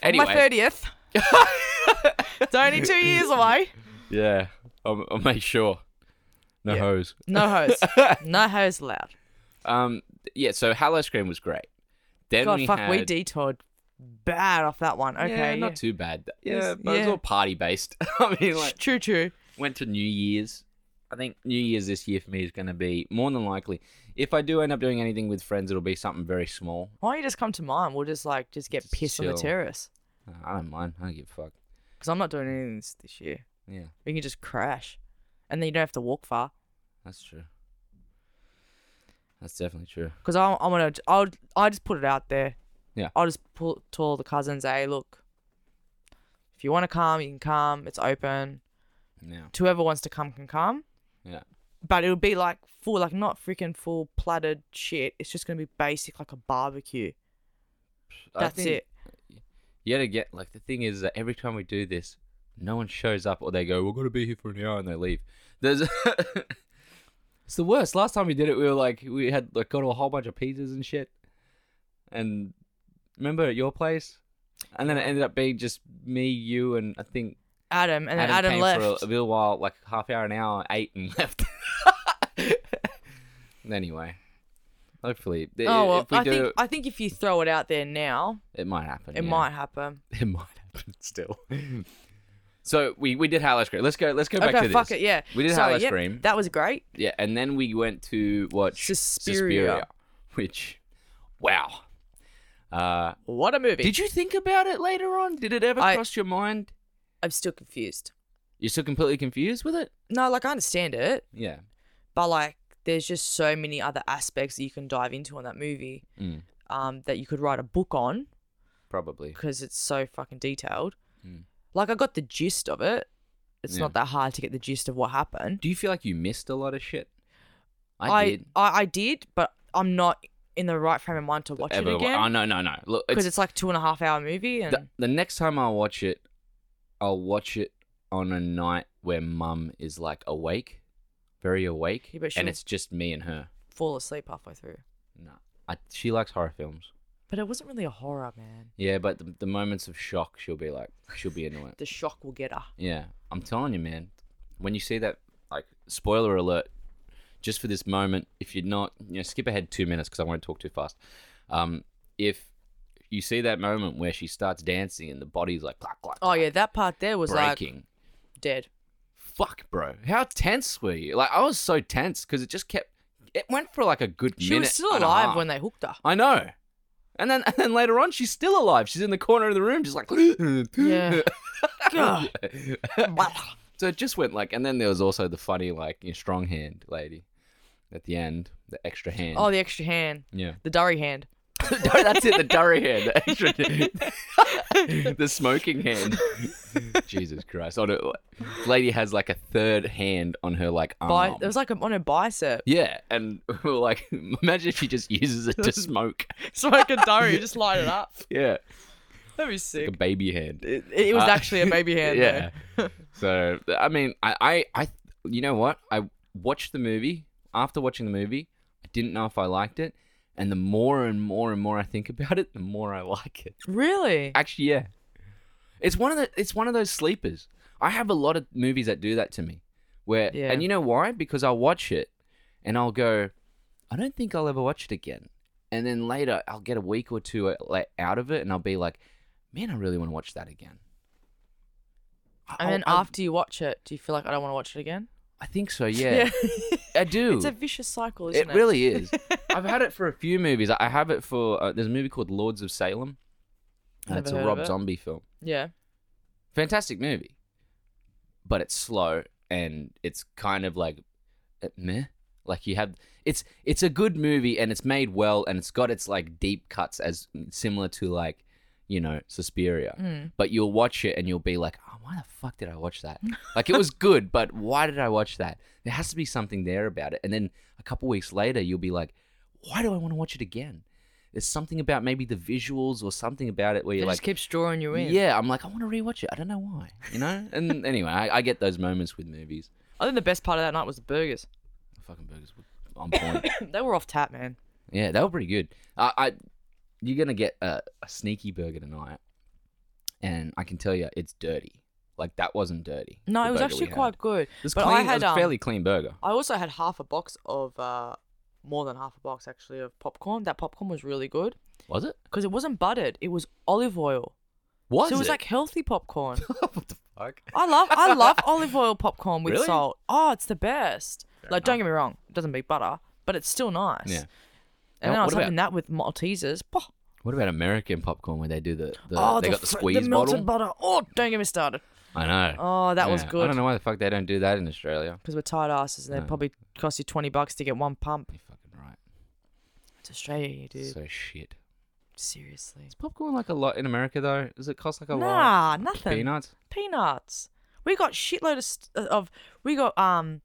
Speaker 1: anyway,
Speaker 3: my 30th. it's only two years away.
Speaker 1: yeah, I'll, I'll make sure. No
Speaker 3: Yeah.
Speaker 1: hose.
Speaker 3: No hose. No hose allowed.
Speaker 1: Um, yeah. So Hello Scream was great. Then
Speaker 3: God,
Speaker 1: we
Speaker 3: fuck, we
Speaker 1: had-
Speaker 3: detoured bad off that one. Okay.
Speaker 1: Yeah,
Speaker 3: Yeah,
Speaker 1: not too bad. Yeah,
Speaker 3: Yes,
Speaker 1: but it's
Speaker 3: yeah.
Speaker 1: all party based. I mean, like,
Speaker 3: true, true.
Speaker 1: went to New Year's. I think New Year's this year for me is going to be more than likely. If I do end up doing anything with friends, it'll be something very small.
Speaker 3: Why don't you just come to mine? We'll just like just get
Speaker 1: Just
Speaker 3: pissed on
Speaker 1: chill.
Speaker 3: the terrace.
Speaker 1: Uh, I don't mind. I don't give a fuck.
Speaker 3: Because I'm not doing anything this, this year.
Speaker 1: Yeah,
Speaker 3: We can just crash, and then you don't have to walk far.
Speaker 1: that's true. That's definitely true.
Speaker 3: Because I'm, I'm gonna, I'll, I just put it out there.
Speaker 1: Yeah.
Speaker 3: I'll just pull to all the cousins. Hey, look. If you want to come, you can come. It's open.
Speaker 1: Yeah.
Speaker 3: To whoever wants to come can come.
Speaker 1: Yeah.
Speaker 3: But it'll be like full, like not freaking full platted shit. It's just gonna be basic, like a barbecue.
Speaker 1: I
Speaker 3: That's
Speaker 1: think
Speaker 3: it.
Speaker 1: Yet again, like the thing is that every time we do this, no one shows up or they go, "We're gonna be here for an hour," and they leave. There's. it's the worst. Last time we did it, we were like, we had like got a whole bunch of pizzas and shit, and remember at your place, and then it ended up being just me, you, and I think
Speaker 3: Adam and then Adam,
Speaker 1: came
Speaker 3: left.
Speaker 1: for a, a little while, like half hour, an hour, ate and left. anyway, hopefully, th-
Speaker 3: oh well,
Speaker 1: if we
Speaker 3: I
Speaker 1: do,
Speaker 3: think I think if you throw it out there now,
Speaker 1: it might happen.
Speaker 3: it
Speaker 1: yeah.
Speaker 3: might happen.
Speaker 1: It might happen still. so we we did Hallow Scream. Let's go. Let's go back
Speaker 3: Okay,
Speaker 1: to
Speaker 3: fuck
Speaker 1: this.
Speaker 3: it, yeah.
Speaker 1: We did
Speaker 3: so,
Speaker 1: Hallow
Speaker 3: yeah,
Speaker 1: Scream.
Speaker 3: That was great.
Speaker 1: Yeah, and then we went to watch
Speaker 3: Suspiria.
Speaker 1: which wow. Uh,
Speaker 3: What a movie!
Speaker 1: did you think about it later on? Did it ever
Speaker 3: I-
Speaker 1: cross your mind?
Speaker 3: I'm still confused.
Speaker 1: You're still completely confused with it.
Speaker 3: No, like I understand it,
Speaker 1: Yeah.
Speaker 3: but like there's just so many other aspects that you can dive into on that movie
Speaker 1: Mm.
Speaker 3: um, that you could write a book on
Speaker 1: Probably.
Speaker 3: because it's so fucking detailed.
Speaker 1: Mm.
Speaker 3: Like I got the gist of it. It's
Speaker 1: Yeah.
Speaker 3: not that hard to get the gist of what happened.
Speaker 1: Do you feel like you missed a lot of shit?
Speaker 3: I I, I did, but I'm not in the right frame of mind to watch
Speaker 1: Ever-
Speaker 3: it
Speaker 1: Oh
Speaker 3: again
Speaker 1: no no no! Look,
Speaker 3: because
Speaker 1: it's,
Speaker 3: it's, like two and a half hour movie and
Speaker 1: the, the next time I watch it, I'll watch it on a night where mum is like awake, very awake,
Speaker 3: Yeah, but she'll-
Speaker 1: and it's just me and her.
Speaker 3: fall asleep halfway through.
Speaker 1: No, I, she likes horror films.
Speaker 3: But it wasn't really a horror, man.
Speaker 1: Yeah, but the, the moments of shock, she'll be like, she'll be into it.
Speaker 3: The shock will get her.
Speaker 1: Yeah, I'm telling you, man. When you see that, like, spoiler alert, just for this moment, if you're not, you know, skip ahead two minutes because I won't talk too fast. Um, if you see that moment where she starts dancing and the body's like, clack, clack,
Speaker 3: Oh yeah, that part there was
Speaker 1: breaking.
Speaker 3: like dead.
Speaker 1: fuck, bro. How tense were you? Like, I was so tense because it just kept. It went for like a good
Speaker 3: She
Speaker 1: minute.
Speaker 3: was still
Speaker 1: and a
Speaker 3: alive
Speaker 1: half.
Speaker 3: when they hooked her.
Speaker 1: I know. And then, and then later on, she's still alive. She's in the corner of the room, just like.
Speaker 3: Yeah. God.
Speaker 1: so it just went like, and then there was also the funny like you know, strong hand lady, at the end, the extra hand.
Speaker 3: Oh, the extra hand,
Speaker 1: yeah.
Speaker 3: the durry hand.
Speaker 1: no, that's it. The durry hand, the extra, the smoking hand. Jesus Christ! On it, lady has like a third hand on her like arm.
Speaker 3: Bi- it was like on her bicep.
Speaker 1: Yeah, and we were like, imagine if she just uses it to smoke.
Speaker 3: It's like a durry, just light it up.
Speaker 1: Yeah,
Speaker 3: That'd be
Speaker 1: like a
Speaker 3: sick.
Speaker 1: baby hand.
Speaker 3: It, it was
Speaker 1: Uh,
Speaker 3: actually a baby hand.
Speaker 1: yeah.
Speaker 3: yeah.
Speaker 1: so I mean, I, I, I, you know what? I watched the movie. After watching the movie, I didn't know if I liked it, and the more and more and more I think about it, the more I like it.
Speaker 3: Really?
Speaker 1: Actually, yeah, it's one of the, it's one of those sleepers. I have a lot of movies that do that to me, where,
Speaker 3: Yeah.
Speaker 1: and you know why? Because I'll watch it, and I'll go, I don't think I'll ever watch it again. And then later, I'll get a week or two uh, like, out of it, and I'll be like, man, I really want to watch that again.
Speaker 3: and then
Speaker 1: I'll- I'll-
Speaker 3: after you watch it, do you feel like I don't want to watch it again?
Speaker 1: I think so. Yeah, I do.
Speaker 3: it's a vicious cycle,
Speaker 1: it
Speaker 3: isn't it?
Speaker 1: really is. I've had it for a few movies. I have it for uh, there's a movie called Lords of Salem. And
Speaker 3: Never
Speaker 1: it's a
Speaker 3: heard of
Speaker 1: Rob
Speaker 3: it.
Speaker 1: Zombie film.
Speaker 3: Yeah.
Speaker 1: Fantastic movie, but it's slow and it's kind of like uh, meh. Like you have it's it's a good movie and it's made well and it's got its like deep cuts as similar to like you know, Suspiria.
Speaker 3: Mm.
Speaker 1: But you'll watch it and you'll be like, oh, why the fuck did I watch that? like, it was good, but why did I watch that? There has to be something there about it. And then a couple weeks later, you'll be like, why do I want to watch it again? There's something about maybe the visuals or something about it where
Speaker 3: It
Speaker 1: you're
Speaker 3: just
Speaker 1: like,
Speaker 3: keeps drawing you in.
Speaker 1: yeah, I'm like, I want to rewatch it. I don't know why, you know? And anyway, I, I get those moments with movies.
Speaker 3: I think the best part of that night was the burgers.
Speaker 1: Fucking burgers were on point.
Speaker 3: they were off tap, man.
Speaker 1: Yeah, they were pretty good. I, I you're gonna get a, a sneaky burger tonight, and I can tell you it's dirty. Like that wasn't dirty.
Speaker 3: No,
Speaker 1: the
Speaker 3: it was
Speaker 1: burger
Speaker 3: actually
Speaker 1: we had.
Speaker 3: quite good.
Speaker 1: It was
Speaker 3: but
Speaker 1: clean.
Speaker 3: I had
Speaker 1: it was a
Speaker 3: um,
Speaker 1: fairly clean burger.
Speaker 3: I also had half a box of uh, more than half a box actually of popcorn. That popcorn was really good
Speaker 1: Was it?
Speaker 3: because it wasn't buttered. It was olive oil.
Speaker 1: Was
Speaker 3: so it was like healthy popcorn.
Speaker 1: what the fuck?
Speaker 3: I love I love olive oil popcorn with
Speaker 1: Really?
Speaker 3: salt. Oh, it's the best. like don't get me wrong, it doesn't beat butter, but it's still nice.
Speaker 1: Yeah. Now,
Speaker 3: And then I was
Speaker 1: what about-
Speaker 3: having that with Maltesers. Poh.
Speaker 1: What about American popcorn where they do the, the
Speaker 3: oh,
Speaker 1: they got the
Speaker 3: fr-
Speaker 1: squeeze
Speaker 3: the
Speaker 1: bottle?
Speaker 3: melted butter. Oh, don't get me started.
Speaker 1: I know.
Speaker 3: Oh, that was
Speaker 1: Yeah,
Speaker 3: good.
Speaker 1: I don't know why the fuck they don't do that in Australia.
Speaker 3: because we're tired asses and they
Speaker 1: No.
Speaker 3: probably cost you 20 bucks to get one pump.
Speaker 1: You're fucking right.
Speaker 3: It's Australia, you dude.
Speaker 1: So shit.
Speaker 3: Seriously.
Speaker 1: Is popcorn like a lot in America though? Does it cost like a lot?
Speaker 3: Nah, nothing.
Speaker 1: Peanuts.
Speaker 3: Peanuts. We got shitload of, st- uh, of we got um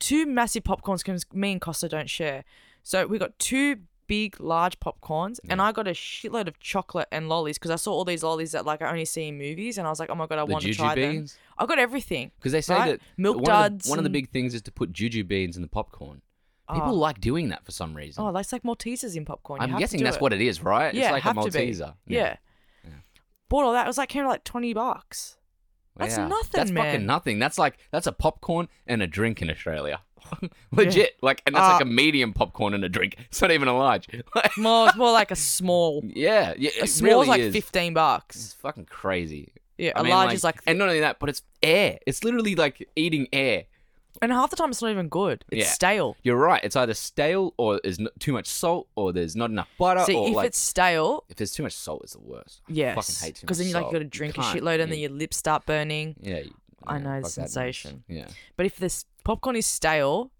Speaker 3: two massive popcorns because me and Costa don't share. So we got two big large popcorns and I got a shitload of chocolate and lollies because I saw all these lollies that like I only see in movies and I was like, oh my god, I
Speaker 1: The
Speaker 3: want to
Speaker 1: juju
Speaker 3: try them.
Speaker 1: beans.
Speaker 3: I got everything.
Speaker 1: Because they say
Speaker 3: right?
Speaker 1: that
Speaker 3: milk
Speaker 1: one, of
Speaker 3: duds.
Speaker 1: the, one of the
Speaker 3: and-
Speaker 1: big things is to put juju beans in the popcorn. People
Speaker 3: Oh.
Speaker 1: like doing that for some reason.
Speaker 3: Oh, that's like Maltesers in popcorn. You
Speaker 1: I'm
Speaker 3: have to
Speaker 1: guessing
Speaker 3: do
Speaker 1: that's
Speaker 3: it.
Speaker 1: what it is, right?
Speaker 3: yeah,
Speaker 1: it's like
Speaker 3: have
Speaker 1: a
Speaker 3: to be.
Speaker 1: Malteser.
Speaker 3: Yeah. Bought all that. It was like came to like twenty bucks. That's nothing,
Speaker 1: That's fucking
Speaker 3: man.
Speaker 1: nothing. That's like that's a popcorn and a drink in Australia. Legit. Like and that's like a
Speaker 3: Uh,
Speaker 1: medium popcorn and a drink. It's not even a large. Like,
Speaker 3: More, it's more like a small.
Speaker 1: yeah. Yeah.
Speaker 3: A
Speaker 1: It
Speaker 3: small's
Speaker 1: really
Speaker 3: like
Speaker 1: is.
Speaker 3: fifteen bucks.
Speaker 1: It's fucking crazy.
Speaker 3: Yeah,
Speaker 1: I
Speaker 3: a
Speaker 1: mean,
Speaker 3: large is like,
Speaker 1: and not only that, but it's air. It's literally like eating air.
Speaker 3: and half the time it's not even good. It's
Speaker 1: Yeah.
Speaker 3: stale.
Speaker 1: You're right. It's either stale or there's not too much salt or there's not enough butter.
Speaker 3: See,
Speaker 1: Uh, or
Speaker 3: if
Speaker 1: like,
Speaker 3: it's stale,
Speaker 1: if there's too much salt, it's the worst. I
Speaker 3: yes,
Speaker 1: fucking hate too much
Speaker 3: because then you like you
Speaker 1: salt.
Speaker 3: got to drink a
Speaker 1: can't. Mm.
Speaker 3: shitload, and then
Speaker 1: You-
Speaker 3: your lips start burning.
Speaker 1: Yeah. you-
Speaker 3: I
Speaker 1: yeah,
Speaker 3: know the
Speaker 1: fuck that noise.
Speaker 3: sensation.
Speaker 1: Yeah.
Speaker 3: But if this popcorn is stale,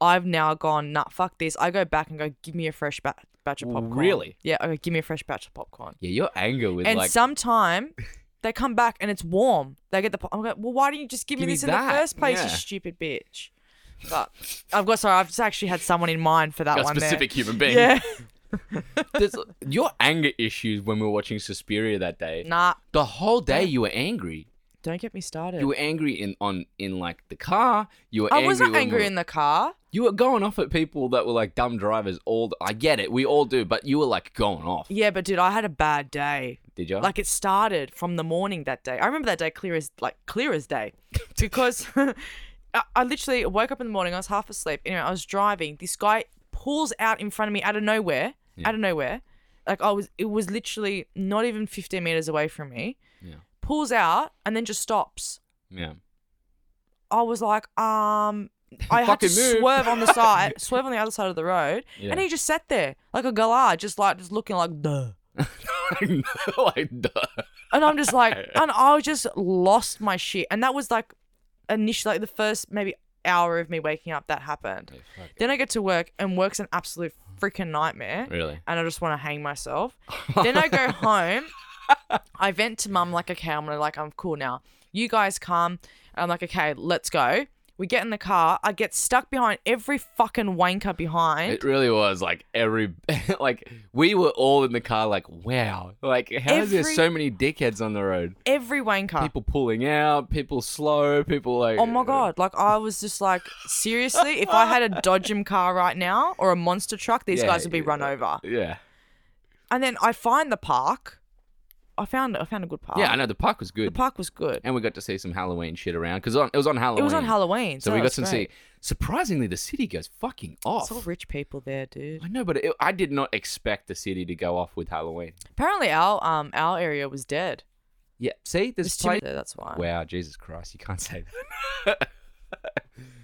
Speaker 3: I've now gone nah, fuck this. I go back and go, give me a fresh ba- batch of popcorn.
Speaker 1: Really?
Speaker 3: Yeah, I go, give me a fresh batch of popcorn.
Speaker 1: Yeah, your anger with
Speaker 3: and
Speaker 1: like
Speaker 3: sometime they come back and it's warm. They get the. pop- I'm going, well, why didn't you just give,
Speaker 1: Give
Speaker 3: me
Speaker 1: me
Speaker 3: this in
Speaker 1: that,
Speaker 3: the first place,
Speaker 1: yeah.
Speaker 3: you stupid bitch? But I've got sorry, I've just actually had someone in mind for that
Speaker 1: a
Speaker 3: one. there.
Speaker 1: specific human being.
Speaker 3: Yeah.
Speaker 1: There's- your anger issues when we were watching Suspiria that day.
Speaker 3: nah,
Speaker 1: The whole day you were angry.
Speaker 3: don't get me started.
Speaker 1: You were angry in on in like the car. You were
Speaker 3: I
Speaker 1: angry when
Speaker 3: wasn't
Speaker 1: we
Speaker 3: angry
Speaker 1: were-
Speaker 3: in the car.
Speaker 1: You were going off at people that were like dumb drivers. All the- I get it. We all do, but you were like going off.
Speaker 3: Yeah, but dude, I had a bad day.
Speaker 1: Did you?
Speaker 3: Like it started from the morning that day. I remember that day clear as like clear as day, because I, I literally woke up in the morning. I was half asleep. Anyway, I was driving. This guy pulls out in front of me out of nowhere. Out of nowhere, like I was. It was literally not even fifteen meters away from me.
Speaker 1: Yeah.
Speaker 3: Pulls out and then just stops.
Speaker 1: yeah.
Speaker 3: I was like, um, I had to
Speaker 1: Fucking move.
Speaker 3: swerve on the side, swerve on the other side of the road,
Speaker 1: Yeah.
Speaker 3: and he just sat there like a galah, just like just looking like duh.
Speaker 1: I know. I know.
Speaker 3: And I'm just like, and I just lost my shit. And that was like initially, like the first maybe hour of me waking up that happened. Then I get to work, and work's an absolute freaking nightmare.
Speaker 1: Really?
Speaker 3: And I just want to hang myself. then I go home. I vent to mum, like, okay, I'm gonna, like, I'm cool now. You guys come. And I'm like, okay, let's go. We get in the car. I get stuck behind every fucking wanker behind.
Speaker 1: It really was like every like we were all in the car like wow like how is there
Speaker 3: Every-
Speaker 1: so many dickheads on the road
Speaker 3: every wanker.
Speaker 1: people pulling out people slow people like
Speaker 3: Oh my god! Like I was just like, seriously, if I had a Dodgem car right now or a monster truck, these
Speaker 1: Yeah,
Speaker 3: guys would be run
Speaker 1: yeah.
Speaker 3: over.
Speaker 1: yeah
Speaker 3: And then I find the park. I found I found a good park.
Speaker 1: yeah I know the park was
Speaker 3: the
Speaker 1: good
Speaker 3: park was good.
Speaker 1: and we got to see some Halloween shit around because it was on Halloween
Speaker 3: It was on Halloween,
Speaker 1: so,
Speaker 3: so,
Speaker 1: we got
Speaker 3: that's
Speaker 1: some see
Speaker 3: great.
Speaker 1: surprisingly the city goes fucking off
Speaker 3: It's all rich people there, dude.
Speaker 1: I know but it, I did not expect the city to go off with Halloween
Speaker 3: Apparently, our um our area was dead.
Speaker 1: yeah see this
Speaker 3: There's too many
Speaker 1: place
Speaker 3: there. That's why.
Speaker 1: wow Jesus Christ you can't say that.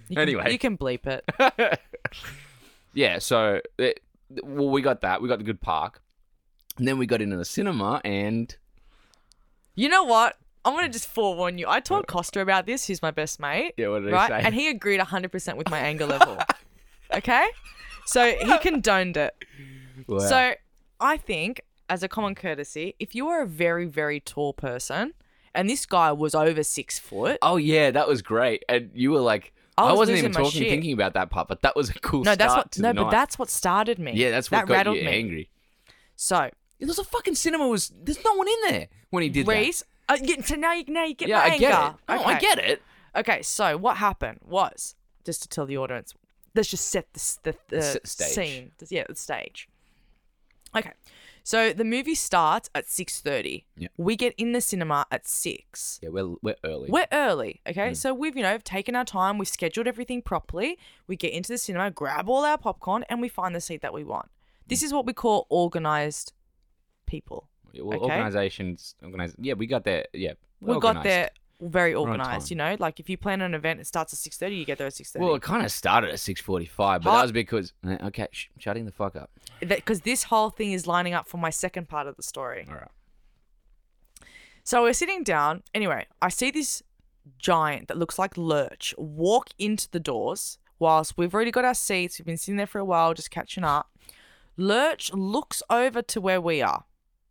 Speaker 3: You can-
Speaker 1: anyway.
Speaker 3: you can bleep it.
Speaker 1: Yeah, so it, well, we got that. We got the good park, and then we got into the cinema, and
Speaker 3: You know what? I'm gonna just forewarn you. I told Costa about this. He's my best mate.
Speaker 1: Yeah, what did he
Speaker 3: right?
Speaker 1: say?
Speaker 3: And he agreed 100% with my anger level. okay, so he condoned it.
Speaker 1: wow.
Speaker 3: So I think as a common courtesy, if you are a very, very tall person and this guy was over six foot,
Speaker 1: Oh yeah, that was great. And you were like,
Speaker 3: I
Speaker 1: I,
Speaker 3: was
Speaker 1: was not even
Speaker 3: losing my
Speaker 1: talking,
Speaker 3: shit.
Speaker 1: thinking about that part, but that was a cool.
Speaker 3: no, that's
Speaker 1: start
Speaker 3: what
Speaker 1: to
Speaker 3: no,
Speaker 1: the
Speaker 3: but
Speaker 1: night.
Speaker 3: that's what started me.
Speaker 1: yeah, that's what
Speaker 3: that
Speaker 1: got
Speaker 3: rattled
Speaker 1: you
Speaker 3: me.
Speaker 1: angry.
Speaker 3: So
Speaker 1: It was a fucking cinema. Was there's no one in there when he did that.
Speaker 3: Reese, uh, yeah, so now you now you get
Speaker 1: Yeah,
Speaker 3: my
Speaker 1: I
Speaker 3: anger.
Speaker 1: get it. No, I
Speaker 3: Okay.
Speaker 1: get it.
Speaker 3: Okay, so what happened was just to tell the audience, let's just set this the, the
Speaker 1: S- stage.
Speaker 3: scene. This- Yeah, the stage. Okay, so the movie starts at six thirty.
Speaker 1: Yeah.
Speaker 3: We get in the cinema at six.
Speaker 1: Yeah, we're we're early. Mm.
Speaker 3: We're early, okay? So we've, you know, taken our time, we've scheduled everything properly. We get into the cinema, grab all our popcorn, and we find the seat that we want.
Speaker 1: Mm.
Speaker 3: This is what we call organized people.
Speaker 1: Yeah, well,
Speaker 3: okay.
Speaker 1: organizations, organize. Yeah, we got there. Yeah,
Speaker 3: We got
Speaker 1: organised.
Speaker 3: there very
Speaker 1: on
Speaker 3: organized, you know? Like if you plan an event, it starts at 6:30, you get there at 6:30.
Speaker 1: Well, it kind of started at six forty-five, but
Speaker 3: Hot-
Speaker 1: that was because eh, okay, sh- shutting the fuck up.
Speaker 3: because this whole thing is lining up for my second part of the story.
Speaker 1: All right.
Speaker 3: So we're sitting down. Anyway, I see this giant that looks like Lurch walk into the doors whilst we've already got our seats. We've been sitting there for a while, just catching up. Lurch looks over to where we are.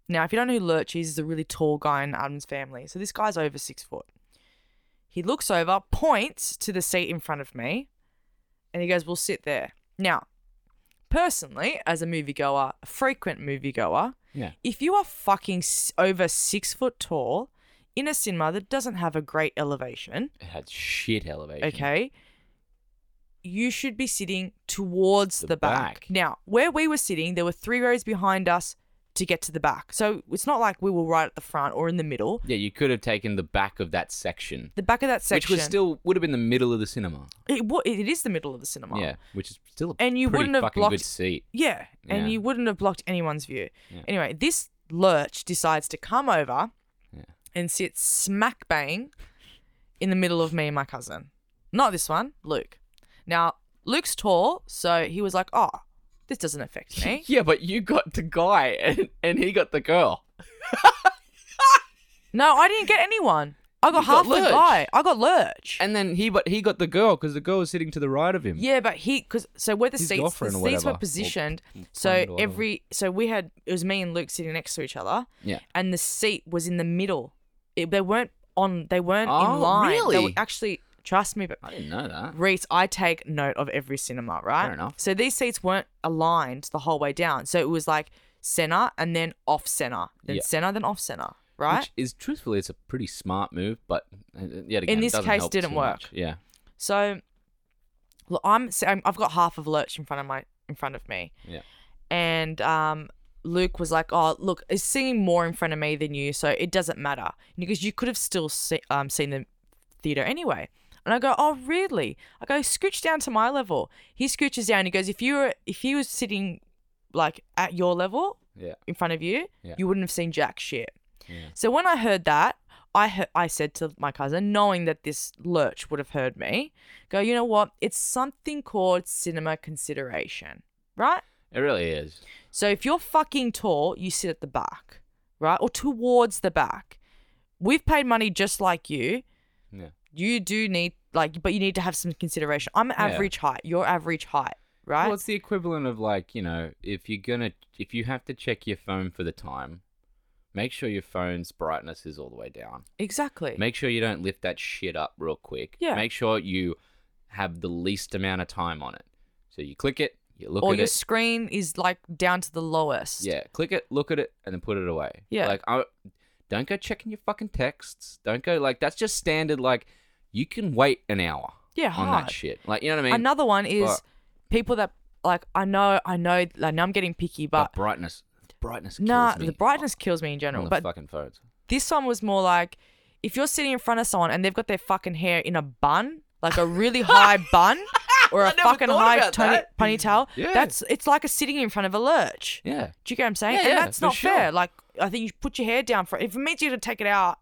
Speaker 3: Now, if you don't know who Lurch is, he's a really tall guy in Adam's family. So this guy's over six foot. He looks over, points to the seat in front of me, and he goes, We'll sit there. Now, personally, as a moviegoer, a frequent moviegoer,
Speaker 1: Yeah.
Speaker 3: if you are fucking s- over six foot tall in a cinema that doesn't have a great elevation,
Speaker 1: It had shit elevation.
Speaker 3: okay, you should be sitting towards
Speaker 1: The
Speaker 3: the, back.
Speaker 1: back.
Speaker 3: Now, where we were sitting, there were three rows behind us to get to the back. So it's not like we were right at the front or in the middle.
Speaker 1: Yeah, you could have taken the back of that section,
Speaker 3: The back of that section,
Speaker 1: which was still would have been the middle of the cinema.
Speaker 3: it, wa- it is the middle of the cinema.
Speaker 1: Yeah, which is still a
Speaker 3: And you
Speaker 1: pretty
Speaker 3: wouldn't have
Speaker 1: fucking good
Speaker 3: blocked-
Speaker 1: seat.
Speaker 3: Yeah, and
Speaker 1: Yeah.
Speaker 3: you wouldn't have blocked anyone's view.
Speaker 1: Yeah.
Speaker 3: Anyway, this lurch decides to come over
Speaker 1: Yeah.
Speaker 3: and sit smack bang in the middle of me and my cousin. Not this one, Luke. Now, Luke's tall, so he was like, oh, this doesn't affect me.
Speaker 1: Yeah, but you got the guy and, and he got the girl.
Speaker 3: no, I didn't get anyone. I got
Speaker 1: You got
Speaker 3: half the
Speaker 1: Lurch.
Speaker 3: guy. I got Lurch.
Speaker 1: And then he but he got the girl because the girl was sitting to the right of him.
Speaker 3: Yeah, but he because so where the
Speaker 1: His
Speaker 3: seats the
Speaker 1: girlfriend or
Speaker 3: seats
Speaker 1: whatever,
Speaker 3: were
Speaker 1: or
Speaker 3: positioned.
Speaker 1: friend or
Speaker 3: So
Speaker 1: whatever.
Speaker 3: every so we had it was me and Luke sitting next to each other.
Speaker 1: Yeah.
Speaker 3: and the seat was in the middle. It, they weren't on. They weren't
Speaker 1: Oh,
Speaker 3: in line. They were
Speaker 1: really?
Speaker 3: actually, trust me, but
Speaker 1: I didn't know that.
Speaker 3: Reese, I take note of every cinema, right?
Speaker 1: Fair enough.
Speaker 3: So these seats weren't aligned the whole way down. So it was like center and then off center, then
Speaker 1: Yeah.
Speaker 3: center, then off center, right?
Speaker 1: Which is truthfully, it's a pretty smart move, but uh, yet again, it
Speaker 3: this
Speaker 1: doesn't
Speaker 3: case,
Speaker 1: help
Speaker 3: didn't
Speaker 1: too much.
Speaker 3: work.
Speaker 1: Yeah,
Speaker 3: So, look, I'm, so I'm I've got half of Lurch in front of my in front of me.
Speaker 1: Yeah.
Speaker 3: And um, Luke was like, "Oh, look, it's singing more in front of me than you, so it doesn't matter because you could have still se- um seen the theater anyway." And I go, "Oh, really?" I go, "Scooch down to my level." He scooches down. He goes, "If you were if he was sitting like at your level
Speaker 1: yeah.
Speaker 3: in front of you,
Speaker 1: Yeah.
Speaker 3: you wouldn't have seen jack shit."
Speaker 1: Yeah.
Speaker 3: So when I heard that, I he- I said to my cousin, knowing that this lurch would have heard me, go, you know what? It's something called cinema consideration, right?
Speaker 1: It really is.
Speaker 3: So if you're fucking tall, you sit at the back, right? Or towards the back. We've paid money just like you.
Speaker 1: Yeah.
Speaker 3: You do need like but you need to have some consideration. I'm
Speaker 1: Yeah.
Speaker 3: average height, you're average height, right?
Speaker 1: Well, it's the equivalent of like you know, if you're gonna, if you have to check your phone for the time, make sure your phone's brightness is all the way down.
Speaker 3: exactly.
Speaker 1: Make sure you don't lift that shit up real quick.
Speaker 3: Yeah.
Speaker 1: Make sure you have the least amount of time on it. So you click it, you look
Speaker 3: or
Speaker 1: at
Speaker 3: your
Speaker 1: it.
Speaker 3: screen is like down to the lowest.
Speaker 1: Yeah, click it, look at it, and then put it away.
Speaker 3: Yeah.
Speaker 1: Like, I, don't go checking your fucking texts. Don't go, like, that's just standard. Like, you can wait an hour
Speaker 3: Yeah,
Speaker 1: on
Speaker 3: hard.
Speaker 1: that shit. Like, you know what I mean?
Speaker 3: Another one is
Speaker 1: but-
Speaker 3: people that like I know, I know, like now I'm getting picky,
Speaker 1: But
Speaker 3: but
Speaker 1: brightness, brightness kills
Speaker 3: nah,
Speaker 1: me
Speaker 3: the brightness kills me in
Speaker 1: on
Speaker 3: general.
Speaker 1: the
Speaker 3: But
Speaker 1: fucking phones.
Speaker 3: this one was more like if you're sitting in front of someone and they've got their fucking hair in a bun, like a really high bun or a
Speaker 1: never
Speaker 3: fucking
Speaker 1: thought
Speaker 3: high
Speaker 1: about
Speaker 3: tony,
Speaker 1: that.
Speaker 3: ponytail,
Speaker 1: Yeah.
Speaker 3: that's it's like a sitting in front of a lurch.
Speaker 1: Yeah.
Speaker 3: Do you get what I'm saying?
Speaker 1: Yeah,
Speaker 3: and
Speaker 1: yeah,
Speaker 3: that's
Speaker 1: for
Speaker 3: not
Speaker 1: sure.
Speaker 3: fair. Like I think you put your hair down for if it means you to take it out.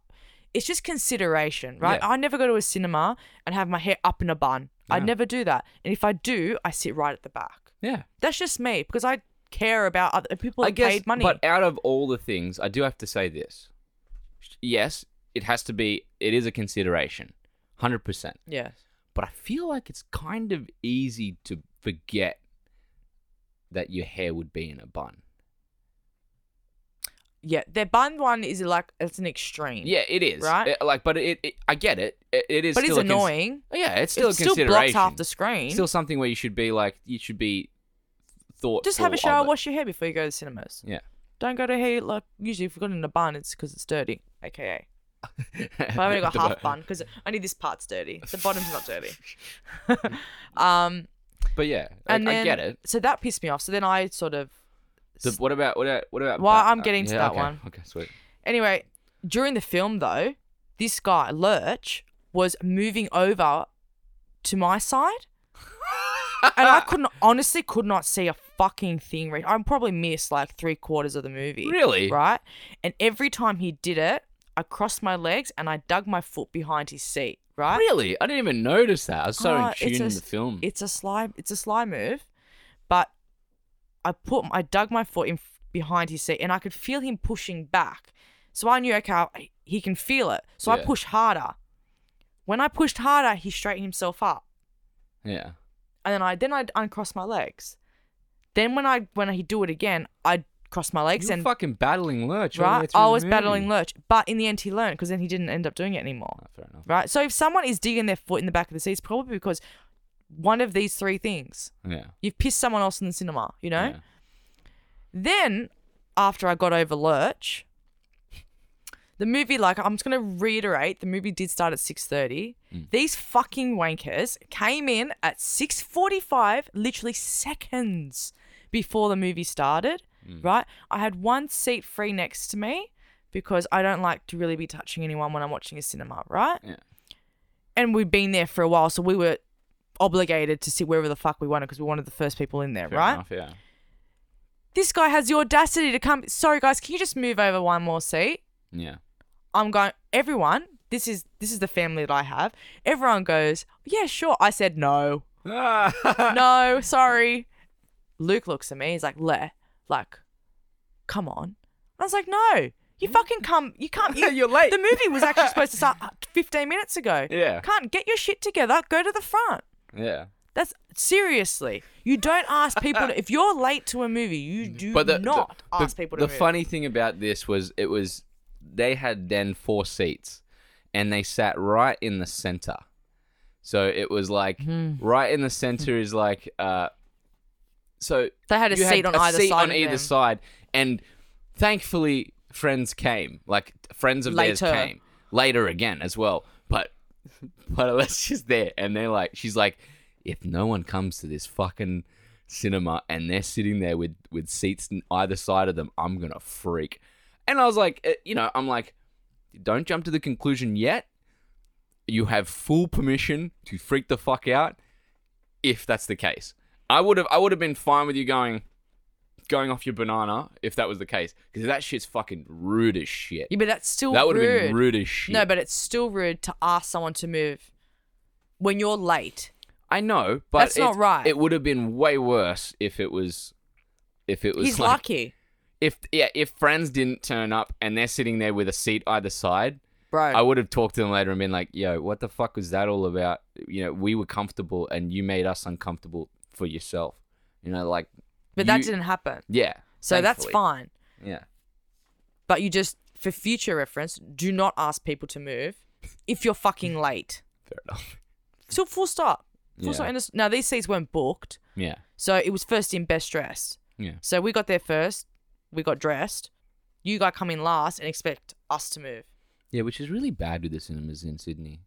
Speaker 3: It's just consideration, right?
Speaker 1: Yeah.
Speaker 3: I never go to a cinema and have my hair up in a bun. I
Speaker 1: No.
Speaker 3: never do that. And if I do, I sit right at the back.
Speaker 1: Yeah.
Speaker 3: That's just me because I care about other people
Speaker 1: I
Speaker 3: that
Speaker 1: guess,
Speaker 3: paid money.
Speaker 1: but out of all the things, I do have to say this. Yes, it has to be, it is a consideration. 100%.
Speaker 3: yeah.
Speaker 1: but I feel like it's kind of easy to forget that your hair would be in a bun.
Speaker 3: Yeah, their bun one is like it's an extreme.
Speaker 1: Yeah, it is
Speaker 3: Right?
Speaker 1: It- like, but it, it, I get it. It, it is,
Speaker 3: but it's
Speaker 1: still a cons-
Speaker 3: annoying.
Speaker 1: yeah, it's still
Speaker 3: it
Speaker 1: a
Speaker 3: still blocks
Speaker 1: consideration.
Speaker 3: half the screen.
Speaker 1: Still something where you should be like, you should be thought.
Speaker 3: Just have a shower, wash your hair before you go to the cinemas.
Speaker 1: Yeah.
Speaker 3: Don't go to hair like usually. If you've got it in a bun, it's because it's dirty. AKA, but I've only got half bun because only this part's dirty. The bottom's not dirty. um,
Speaker 1: But yeah, I,
Speaker 3: and then
Speaker 1: I get it.
Speaker 3: so that pissed me off. So then I sort of
Speaker 1: The- what about what about what about?
Speaker 3: Well,
Speaker 1: back-
Speaker 3: I'm getting to
Speaker 1: yeah,
Speaker 3: that
Speaker 1: okay,
Speaker 3: one.
Speaker 1: Okay, sweet.
Speaker 3: Anyway, during the film though, this guy Lurch was moving over to my side, Uh, and
Speaker 1: Ah.
Speaker 3: I couldn't honestly could not see a fucking thing. Reed. I probably missed like three quarters of the movie.
Speaker 1: Really?
Speaker 3: Right? And every time he did it, I crossed my legs and I dug my foot behind his seat. Right?
Speaker 1: Really? I didn't even notice that. I was so
Speaker 3: Ah,
Speaker 1: in
Speaker 3: it's
Speaker 1: tune
Speaker 3: a
Speaker 1: in
Speaker 3: s-
Speaker 1: the film.
Speaker 3: It's a sly. It's a sly move, but I put I dug my foot in f- behind his seat and I could feel him pushing back. So I knew okay, I- he can feel it. So I
Speaker 1: Yeah.
Speaker 3: pushed harder. When I pushed harder, he straightened himself up,
Speaker 1: yeah.
Speaker 3: and then I then I uncrossed my legs. Then when I when he do it again, I crossed my legs
Speaker 1: You're
Speaker 3: and
Speaker 1: fucking battling lurch. all the way
Speaker 3: right.
Speaker 1: through
Speaker 3: I
Speaker 1: the
Speaker 3: was
Speaker 1: movie.
Speaker 3: battling Lurch, but in the end he learned because then he didn't end up doing it anymore.
Speaker 1: Ah, fair enough.
Speaker 3: Right. So if someone is digging their foot in the back of the seat, it's probably because one of these three things.
Speaker 1: Yeah.
Speaker 3: You've pissed someone else in the cinema, you know?
Speaker 1: Yeah.
Speaker 3: Then, after I got over Lurch, the movie, like, I'm just going to reiterate, the movie did start at 6.30.
Speaker 1: Mm.
Speaker 3: These fucking wankers came in at 6.45, literally seconds before the movie started,
Speaker 1: Mm.
Speaker 3: right? I had one seat free next to me because I don't like to really be touching anyone when I'm watching a cinema, right?
Speaker 1: Yeah.
Speaker 3: And we'd been there for a while, so we were obligated to sit wherever the fuck we wanted because we wanted the first people in there,
Speaker 1: Fair
Speaker 3: right?
Speaker 1: enough, yeah.
Speaker 3: This guy has the audacity to come. Sorry, guys, can you just move over one more seat?
Speaker 1: Yeah.
Speaker 3: I'm going. Everyone, this is this is the family that I have. Everyone goes, yeah, sure. I said no, no, sorry. Luke looks at me. He's like, Le, like, come on. I was like, no, you fucking come. You can't. You,
Speaker 1: You're late.
Speaker 3: The movie was actually supposed to start uh, 15 minutes ago.
Speaker 1: Yeah.
Speaker 3: Can't get your shit together. Go to the front.
Speaker 1: Yeah.
Speaker 3: That's seriously. You don't ask people to, if you're late to a movie. You do not ask people to
Speaker 1: the
Speaker 3: move.
Speaker 1: funny thing about this was it was they had then four seats and they sat right in the center so it was like
Speaker 3: Hmm.
Speaker 1: right in the center is like uh so
Speaker 3: They had a
Speaker 1: you
Speaker 3: seat on
Speaker 1: a
Speaker 3: either
Speaker 1: seat
Speaker 3: side
Speaker 1: on
Speaker 3: of
Speaker 1: either
Speaker 3: them.
Speaker 1: side and thankfully friends came like friends of theirs
Speaker 3: Later.
Speaker 1: came later again as well but but Alessia's there and they're like she's like if no one comes to this fucking cinema and they're sitting there with with seats on either side of them i'm gonna freak and i was like eh, you know i'm like don't jump to the conclusion yet you have full permission to freak the fuck out if that's the case i would have i would have been fine with you going going off your banana if that was the case because that shit's fucking rude as shit
Speaker 3: Yeah, but that's still
Speaker 1: that would
Speaker 3: rude.
Speaker 1: have been rude as shit
Speaker 3: No, but it's still rude to ask someone to move when you're late.
Speaker 1: I know, but
Speaker 3: That's not
Speaker 1: it-
Speaker 3: right.
Speaker 1: It would have been way worse if it was, if it was
Speaker 3: He's
Speaker 1: like,
Speaker 3: lucky,
Speaker 1: If yeah, if friends didn't turn up and they're sitting there with a seat either side,
Speaker 3: bro.
Speaker 1: I would have talked to them later and been like, "Yo, what the fuck was that all about? You know, we were comfortable and you made us uncomfortable for yourself. You know, like,
Speaker 3: but that
Speaker 1: you-
Speaker 3: didn't happen,
Speaker 1: yeah.
Speaker 3: so that's
Speaker 1: thankfully.
Speaker 3: fine.
Speaker 1: Yeah,
Speaker 3: But you just, for future reference, do not ask people to move if you're fucking late.
Speaker 1: fair enough.
Speaker 3: So full stop. Full
Speaker 1: Yeah.
Speaker 3: stop. And it's- Now these seats weren't booked,
Speaker 1: Yeah,
Speaker 3: so it was first in, best dressed.
Speaker 1: yeah,
Speaker 3: So we got there first. We got dressed. You guys come in last and expect us to move.
Speaker 1: yeah. Which is really bad with the cinemas in Sydney.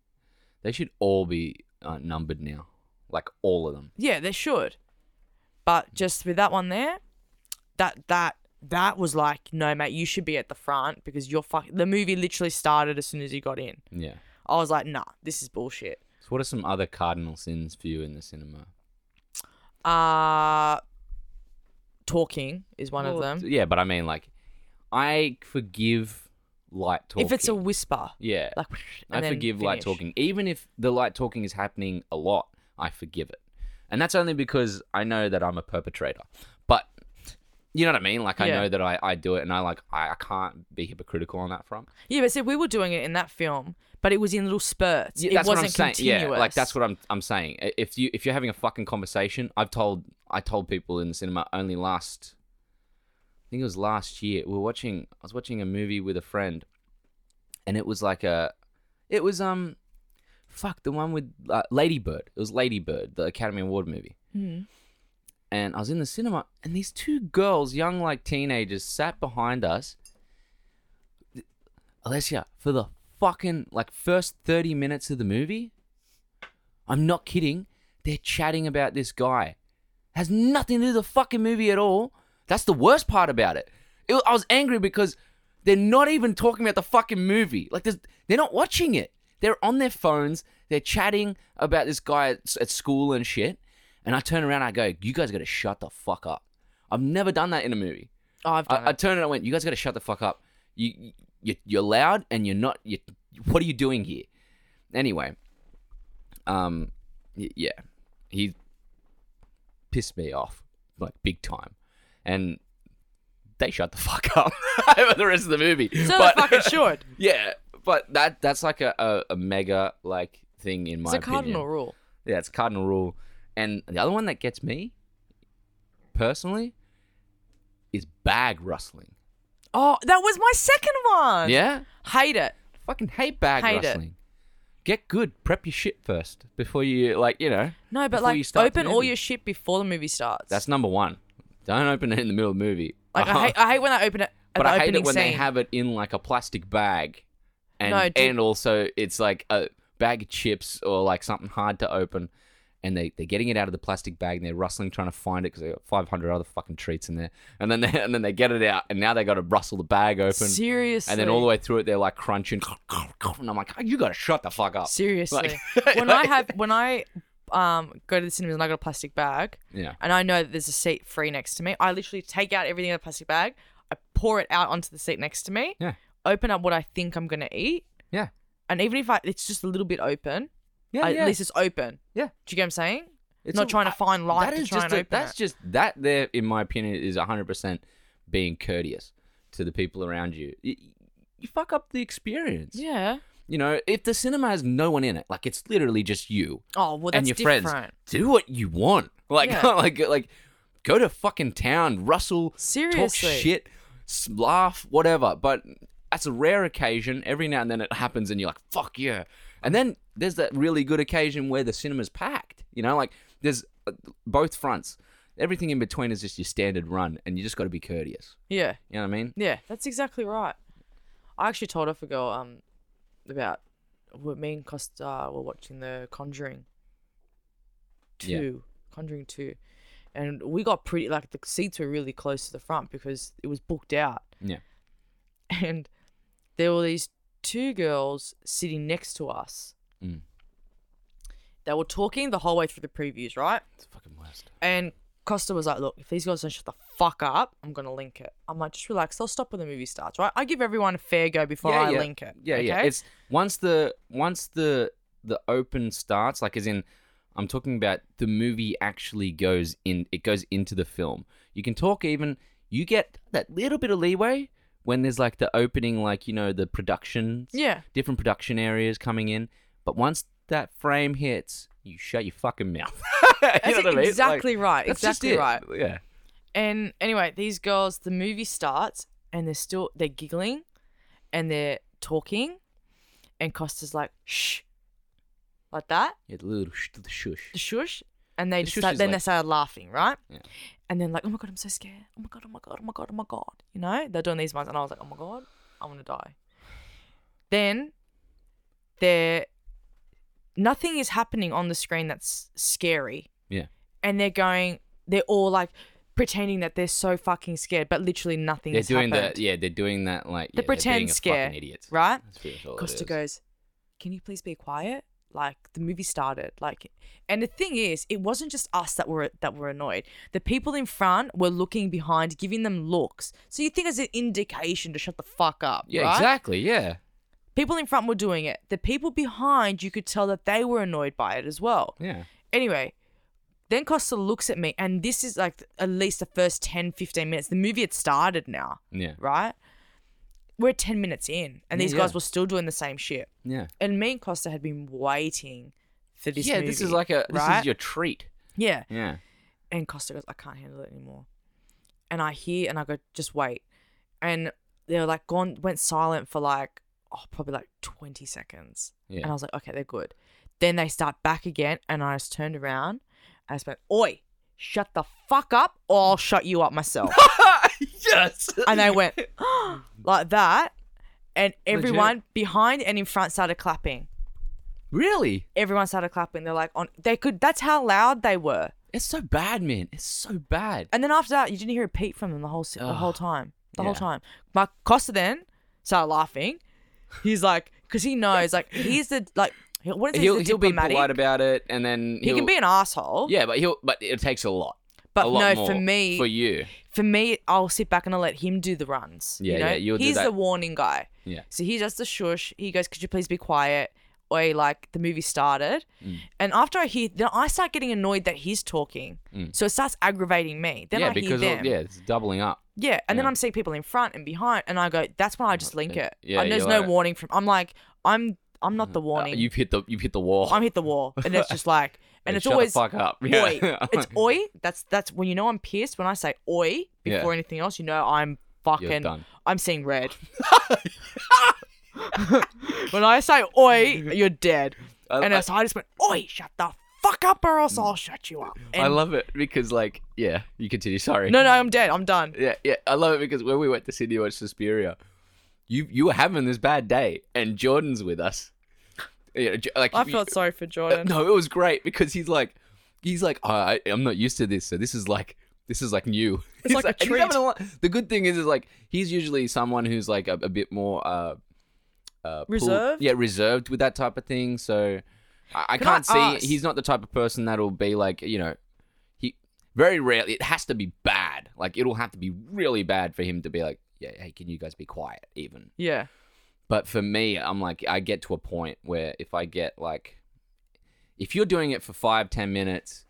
Speaker 1: They should all be uh, numbered now, like all of them.
Speaker 3: Yeah, they should. But just with that one there, that that that was like, no, mate, you should be at the front because you're fuck. The movie literally started as soon as you got in.
Speaker 1: Yeah.
Speaker 3: I was like, nah, this is bullshit.
Speaker 1: So, what are some other cardinal sins for you in the cinema?
Speaker 3: Uh talking is one
Speaker 1: Well,
Speaker 3: of them.
Speaker 1: Yeah, but I mean, like, I forgive light talking.
Speaker 3: If it's a whisper,
Speaker 1: yeah,
Speaker 3: like,
Speaker 1: I
Speaker 3: and then
Speaker 1: forgive light
Speaker 3: finish.
Speaker 1: talking, even if the light talking is happening a lot. I forgive it, and that's only because I know that I'm a perpetrator. But you know what I mean? Like, I
Speaker 3: Yeah.
Speaker 1: know that I, I do it, and I like I, I can't be hypocritical on that front.
Speaker 3: Yeah, but see, we were doing it in that film, but it was in little spurts.
Speaker 1: Yeah,
Speaker 3: it
Speaker 1: that's
Speaker 3: wasn't
Speaker 1: what I'm saying.
Speaker 3: continuous.
Speaker 1: Yeah, like that's what I'm I'm saying. I- If you if you're having a fucking conversation, I've told I told people in the cinema only last think it was last year. We were watching. I was watching a movie with a friend, and it was like a. It was um, fuck the one with uh, Lady Bird. It was Lady Bird, the Academy Award movie.
Speaker 3: Hmm.
Speaker 1: And I was in the cinema, and these two girls, young like teenagers, sat behind us. Alessia, for the fucking like first thirty minutes of the movie, I'm not kidding. They're chatting about this guy. Has nothing to do with the fucking movie at all. That's the worst part about it. it I was angry because they're not even talking about the fucking movie. Like, there's, they're not watching it. They're on their phones. They're chatting about this guy at, at school and shit. And I turn around. I go, "You guys got to shut the fuck up." I've never done that in a movie.
Speaker 3: Oh, I've done
Speaker 1: I, I
Speaker 3: it.
Speaker 1: turned and I went, "You guys got to shut the fuck up. You, you you're loud and you're not. You, what are you doing here?" Anyway, um, y- yeah, he pissed me off like big time, and they shut the fuck up over the rest of the movie.
Speaker 3: So
Speaker 1: but,
Speaker 3: they fucking should.
Speaker 1: yeah, but that that's like a, a, a mega like thing in my
Speaker 3: It's a
Speaker 1: opinion.
Speaker 3: cardinal rule.
Speaker 1: Yeah, it's a cardinal rule. And the other one that gets me personally is bag rustling.
Speaker 3: Oh, that was my second one.
Speaker 1: Yeah?
Speaker 3: Hate it.
Speaker 1: Fucking hate bag
Speaker 3: Hate it.
Speaker 1: rustling. Get good. Prep your shit first before you like, you know.
Speaker 3: No, but
Speaker 1: before you
Speaker 3: like
Speaker 1: start the
Speaker 3: open all
Speaker 1: movie.
Speaker 3: your shit before the movie starts.
Speaker 1: That's number one. Don't open it in the middle of the movie. Uh-huh.
Speaker 3: like I, hate, I hate when I open it.
Speaker 1: but
Speaker 3: At the
Speaker 1: I hate
Speaker 3: opening
Speaker 1: it when
Speaker 3: scene.
Speaker 1: they have it in like a plastic bag, and
Speaker 3: No, do-
Speaker 1: and also it's like a bag of chips or like something hard to open, and they they're getting it out of the plastic bag and they're rustling trying to find it because they got five hundred other fucking treats in there, and then they, and then they get it out and now they got to rustle the bag open,
Speaker 3: seriously.
Speaker 1: and then all the way through it they're like crunching, and I'm like, "Oh, you gotta shut the fuck up.
Speaker 3: Seriously.
Speaker 1: Like-
Speaker 3: when I have when I um go to the cinemas and I got a plastic bag
Speaker 1: Yeah,
Speaker 3: and I know that there's a seat free next to me, I literally take out everything in the plastic bag, I pour it out onto the seat next to me,
Speaker 1: Yeah.
Speaker 3: open up what I think I'm gonna eat.
Speaker 1: Yeah.
Speaker 3: And even if I it's just a little bit open,
Speaker 1: yeah,
Speaker 3: I-
Speaker 1: yeah.
Speaker 3: at least it's open.
Speaker 1: Yeah.
Speaker 3: Do you get what I'm saying?
Speaker 1: It's
Speaker 3: not
Speaker 1: a-
Speaker 3: trying to
Speaker 1: I-
Speaker 3: find light
Speaker 1: That
Speaker 3: to
Speaker 1: is
Speaker 3: try
Speaker 1: just
Speaker 3: and
Speaker 1: a-
Speaker 3: open
Speaker 1: that's
Speaker 3: it.
Speaker 1: just that there in my opinion is 100% being courteous to the people around you you, you fuck up the experience
Speaker 3: Yeah.
Speaker 1: you know if the cinema has no one in it like it's literally just you
Speaker 3: Oh well, that's
Speaker 1: and your
Speaker 3: different.
Speaker 1: friends do what you want like
Speaker 3: Yeah.
Speaker 1: like like go to fucking town rustle talk
Speaker 3: Seriously.
Speaker 1: shit s- laugh whatever but that's a rare occasion every now and then it happens and you're like fuck yeah and then there's that really good occasion where the cinema's packed you know like there's uh, both fronts everything in between is just your standard run and you just got to be courteous
Speaker 3: Yeah.
Speaker 1: you know what i mean
Speaker 3: Yeah, that's exactly right. I actually told off a girl um about what me and Costa were watching The Conjuring
Speaker 1: Yeah.
Speaker 3: Two, Conjuring Two, and we got pretty like the seats were really close to the front because it was booked out.
Speaker 1: Yeah.
Speaker 3: and there were these two girls sitting next to us.
Speaker 1: Mm.
Speaker 3: They were talking the whole way through the previews, right?
Speaker 1: it's fucking worst
Speaker 3: And Costa was like, look, if these guys don't shut the fuck up, I'm going to link it. I'm like, just relax. They'll stop when the movie starts, right? I give everyone a fair go before I link it.
Speaker 1: Yeah,
Speaker 3: okay?
Speaker 1: yeah. It's once the once the the open starts, like as in I'm talking about the movie actually goes in it goes into the film. You can talk even you get that little bit of leeway when there's like the opening like, you know, the production
Speaker 3: Yeah.
Speaker 1: different production areas coming in. But once that frame hits, you shut your fucking mouth. You know
Speaker 3: That's
Speaker 1: what I mean? Like,
Speaker 3: exactly right.
Speaker 1: that's just
Speaker 3: Exactly
Speaker 1: it.
Speaker 3: right.
Speaker 1: Yeah.
Speaker 3: And anyway, these girls, the movie starts and they're still, they're giggling and they're talking. And Costa's like, shh, like that.
Speaker 1: Yeah, the little sh- the shush.
Speaker 3: the shush, and they
Speaker 1: The
Speaker 3: just
Speaker 1: shush
Speaker 3: start,
Speaker 1: is
Speaker 3: then they
Speaker 1: like-
Speaker 3: started laughing, right?
Speaker 1: Yeah.
Speaker 3: And then like, oh my god, I'm so scared. Oh my god, oh my god, oh my god, oh my god. You know, they're doing these ones, and I was like, oh my god, I want to die. Then they're nothing is happening on the screen that's scary,
Speaker 1: Yeah.
Speaker 3: and they're going, they're all like pretending that they're so fucking scared, but literally nothing
Speaker 1: They're
Speaker 3: has
Speaker 1: doing
Speaker 3: happened.
Speaker 1: that. Yeah, they're doing that like yeah,
Speaker 3: The
Speaker 1: they're being
Speaker 3: pretend
Speaker 1: a
Speaker 3: scare,
Speaker 1: Fucking idiots.
Speaker 3: right?
Speaker 1: That's pretty much all it
Speaker 3: Costa
Speaker 1: is.
Speaker 3: goes, Can you please be quiet? Like the movie started. Like and the thing is, it wasn't just us that were that were annoyed. The people in front were looking behind, giving them looks. So you think it's an indication to shut the fuck up.
Speaker 1: Yeah,
Speaker 3: right?
Speaker 1: exactly. Yeah.
Speaker 3: People in front were doing it. The people behind, you could tell that they were annoyed by it as well.
Speaker 1: Yeah.
Speaker 3: Anyway, then Costa looks at me, and this is like at least the first 10, 15 minutes. The movie had started now,
Speaker 1: Yeah.
Speaker 3: right? We're 10 minutes in, and
Speaker 1: Yeah,
Speaker 3: these guys
Speaker 1: yeah.
Speaker 3: were still doing the same shit
Speaker 1: Yeah.
Speaker 3: and me and Costa had been waiting for this.
Speaker 1: yeah, this is
Speaker 3: movie,
Speaker 1: like a this
Speaker 3: right?
Speaker 1: is your treat.
Speaker 3: yeah.
Speaker 1: Yeah.
Speaker 3: And Costa goes, I can't handle it anymore. and I hear and I go, just wait. And they were like gone went silent for like oh probably like twenty seconds.
Speaker 1: Yeah.
Speaker 3: And I was like, okay, they're good. Then they start back again and I just turned around and I just went, Oi, shut the fuck up or I'll shut you up myself.
Speaker 1: yes.
Speaker 3: and they went like that. And everyone behind and in front started clapping.
Speaker 1: Really?
Speaker 3: Everyone started clapping. They're like on they could that's how loud they were.
Speaker 1: It's so bad, man. It's so bad.
Speaker 3: And then after that, you didn't hear a peep from them the whole se- the whole
Speaker 1: Ugh.
Speaker 3: time. The whole
Speaker 1: Yeah.
Speaker 3: time. But Costa then started laughing. He's like, because he knows, like, he's the like, he- what is he?
Speaker 1: He'll
Speaker 3: He's a
Speaker 1: he'll be
Speaker 3: diplomatic.
Speaker 1: polite about it, and then
Speaker 3: He can
Speaker 1: he'll-
Speaker 3: be an asshole.
Speaker 1: Yeah, but he'll but it takes a lot.
Speaker 3: But
Speaker 1: a lot
Speaker 3: no, for
Speaker 1: more
Speaker 3: me-
Speaker 1: for you,
Speaker 3: For me, I'll sit back and I'll let him do the runs. you
Speaker 1: Yeah,
Speaker 3: know?
Speaker 1: yeah, you'll do
Speaker 3: He's
Speaker 1: that.
Speaker 3: the warning guy.
Speaker 1: Yeah.
Speaker 3: So he does the shush. He goes, "Could you please be quiet?" Or like the movie started,
Speaker 1: Mm.
Speaker 3: and after I hear, then I start getting annoyed that he's talking. So it starts aggravating me. Then
Speaker 1: Mm. yeah,
Speaker 3: I
Speaker 1: because
Speaker 3: hear
Speaker 1: of-
Speaker 3: them.
Speaker 1: yeah, it's doubling up.
Speaker 3: Yeah, and then
Speaker 1: Yeah.
Speaker 3: I'm seeing people in front and behind, and I go, "That's when I just link it."
Speaker 1: Yeah,
Speaker 3: Yeah, and there's
Speaker 1: you're
Speaker 3: no
Speaker 1: like-
Speaker 3: warning from. I'm like, I'm, I'm not the
Speaker 1: Uh,
Speaker 3: warning.
Speaker 1: you've hit the you've hit the wall.
Speaker 3: I'm hit the wall, and it's just like, and
Speaker 1: Hey,
Speaker 3: it's
Speaker 1: shut
Speaker 3: always
Speaker 1: the fuck up.
Speaker 3: oi. It's oi. That's that's when you know I'm pissed. When I say oi
Speaker 1: Yeah.
Speaker 3: before anything else, you know I'm
Speaker 1: You're
Speaker 3: fucking.
Speaker 1: done.
Speaker 3: I'm seeing red. when I say oi, you're dead.
Speaker 1: I-
Speaker 3: and
Speaker 1: I-
Speaker 3: it's, I just went oi, shut the fuck up, or else I'll shut you up.
Speaker 1: I
Speaker 3: And-
Speaker 1: love it because like yeah, you continue. Sorry.
Speaker 3: no, no, I'm dead. I'm done.
Speaker 1: Yeah, yeah. I love it because when we went to Sydney watch Suspiria, you you were having this bad day, and Jordan's with us. Yeah, J- like
Speaker 2: I
Speaker 1: you-
Speaker 2: felt sorry for
Speaker 1: Uh,
Speaker 2: Jordan.
Speaker 1: no, it was great because he's like, he's like, "Oh, I, I'm not used to this, so this is like, this is like new. He's
Speaker 2: like a
Speaker 1: and he's having lot- the good thing is, is like he's usually someone who's like a, a bit more uh, uh, pull-
Speaker 2: Reserved?
Speaker 1: yeah, reserved with that type of thing. So I, I
Speaker 3: Can I
Speaker 1: can't see
Speaker 3: ask-
Speaker 1: he's not the type of person that'll be like, you know, he very rarely. It has to be bad. Like it'll have to be really bad for him to be like, yeah, hey, can you guys be quiet? Even
Speaker 3: Yeah.
Speaker 1: but for me, I'm like, I get to a point where if I get like, if you're doing it for five, ten minutes,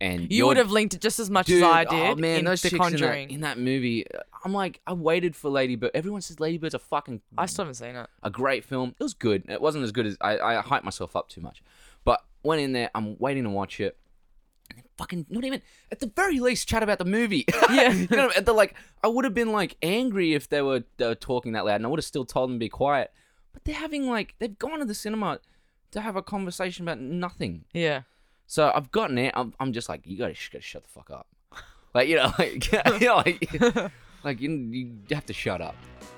Speaker 1: and
Speaker 3: You
Speaker 1: you're-
Speaker 3: would have linked it just as much
Speaker 1: Dude,
Speaker 3: as I did
Speaker 1: Oh man,
Speaker 3: in
Speaker 1: those
Speaker 3: The
Speaker 1: chicks in that,
Speaker 3: Conjuring.
Speaker 1: in that movie, uh, I'm like, I waited for Ladybird. Everyone says Ladybird's a fucking
Speaker 3: I still haven't seen it.
Speaker 1: a great film. It was good. It wasn't as good as I, I hyped myself up too much. But went in there. I'm waiting to watch it. And then fucking not even at the very least chat about the movie.
Speaker 3: Yeah.
Speaker 1: you know, at the like I would have been like angry if they were they were talking that loud, and I would have still told them to be quiet. But they're having like they've gone to the cinema to have a conversation about nothing.
Speaker 3: Yeah.
Speaker 1: So I've gotten it. I'm, I'm just like you gotta, sh- gotta shut the fuck up. Like you know, like you know, like, like you, you have to shut up.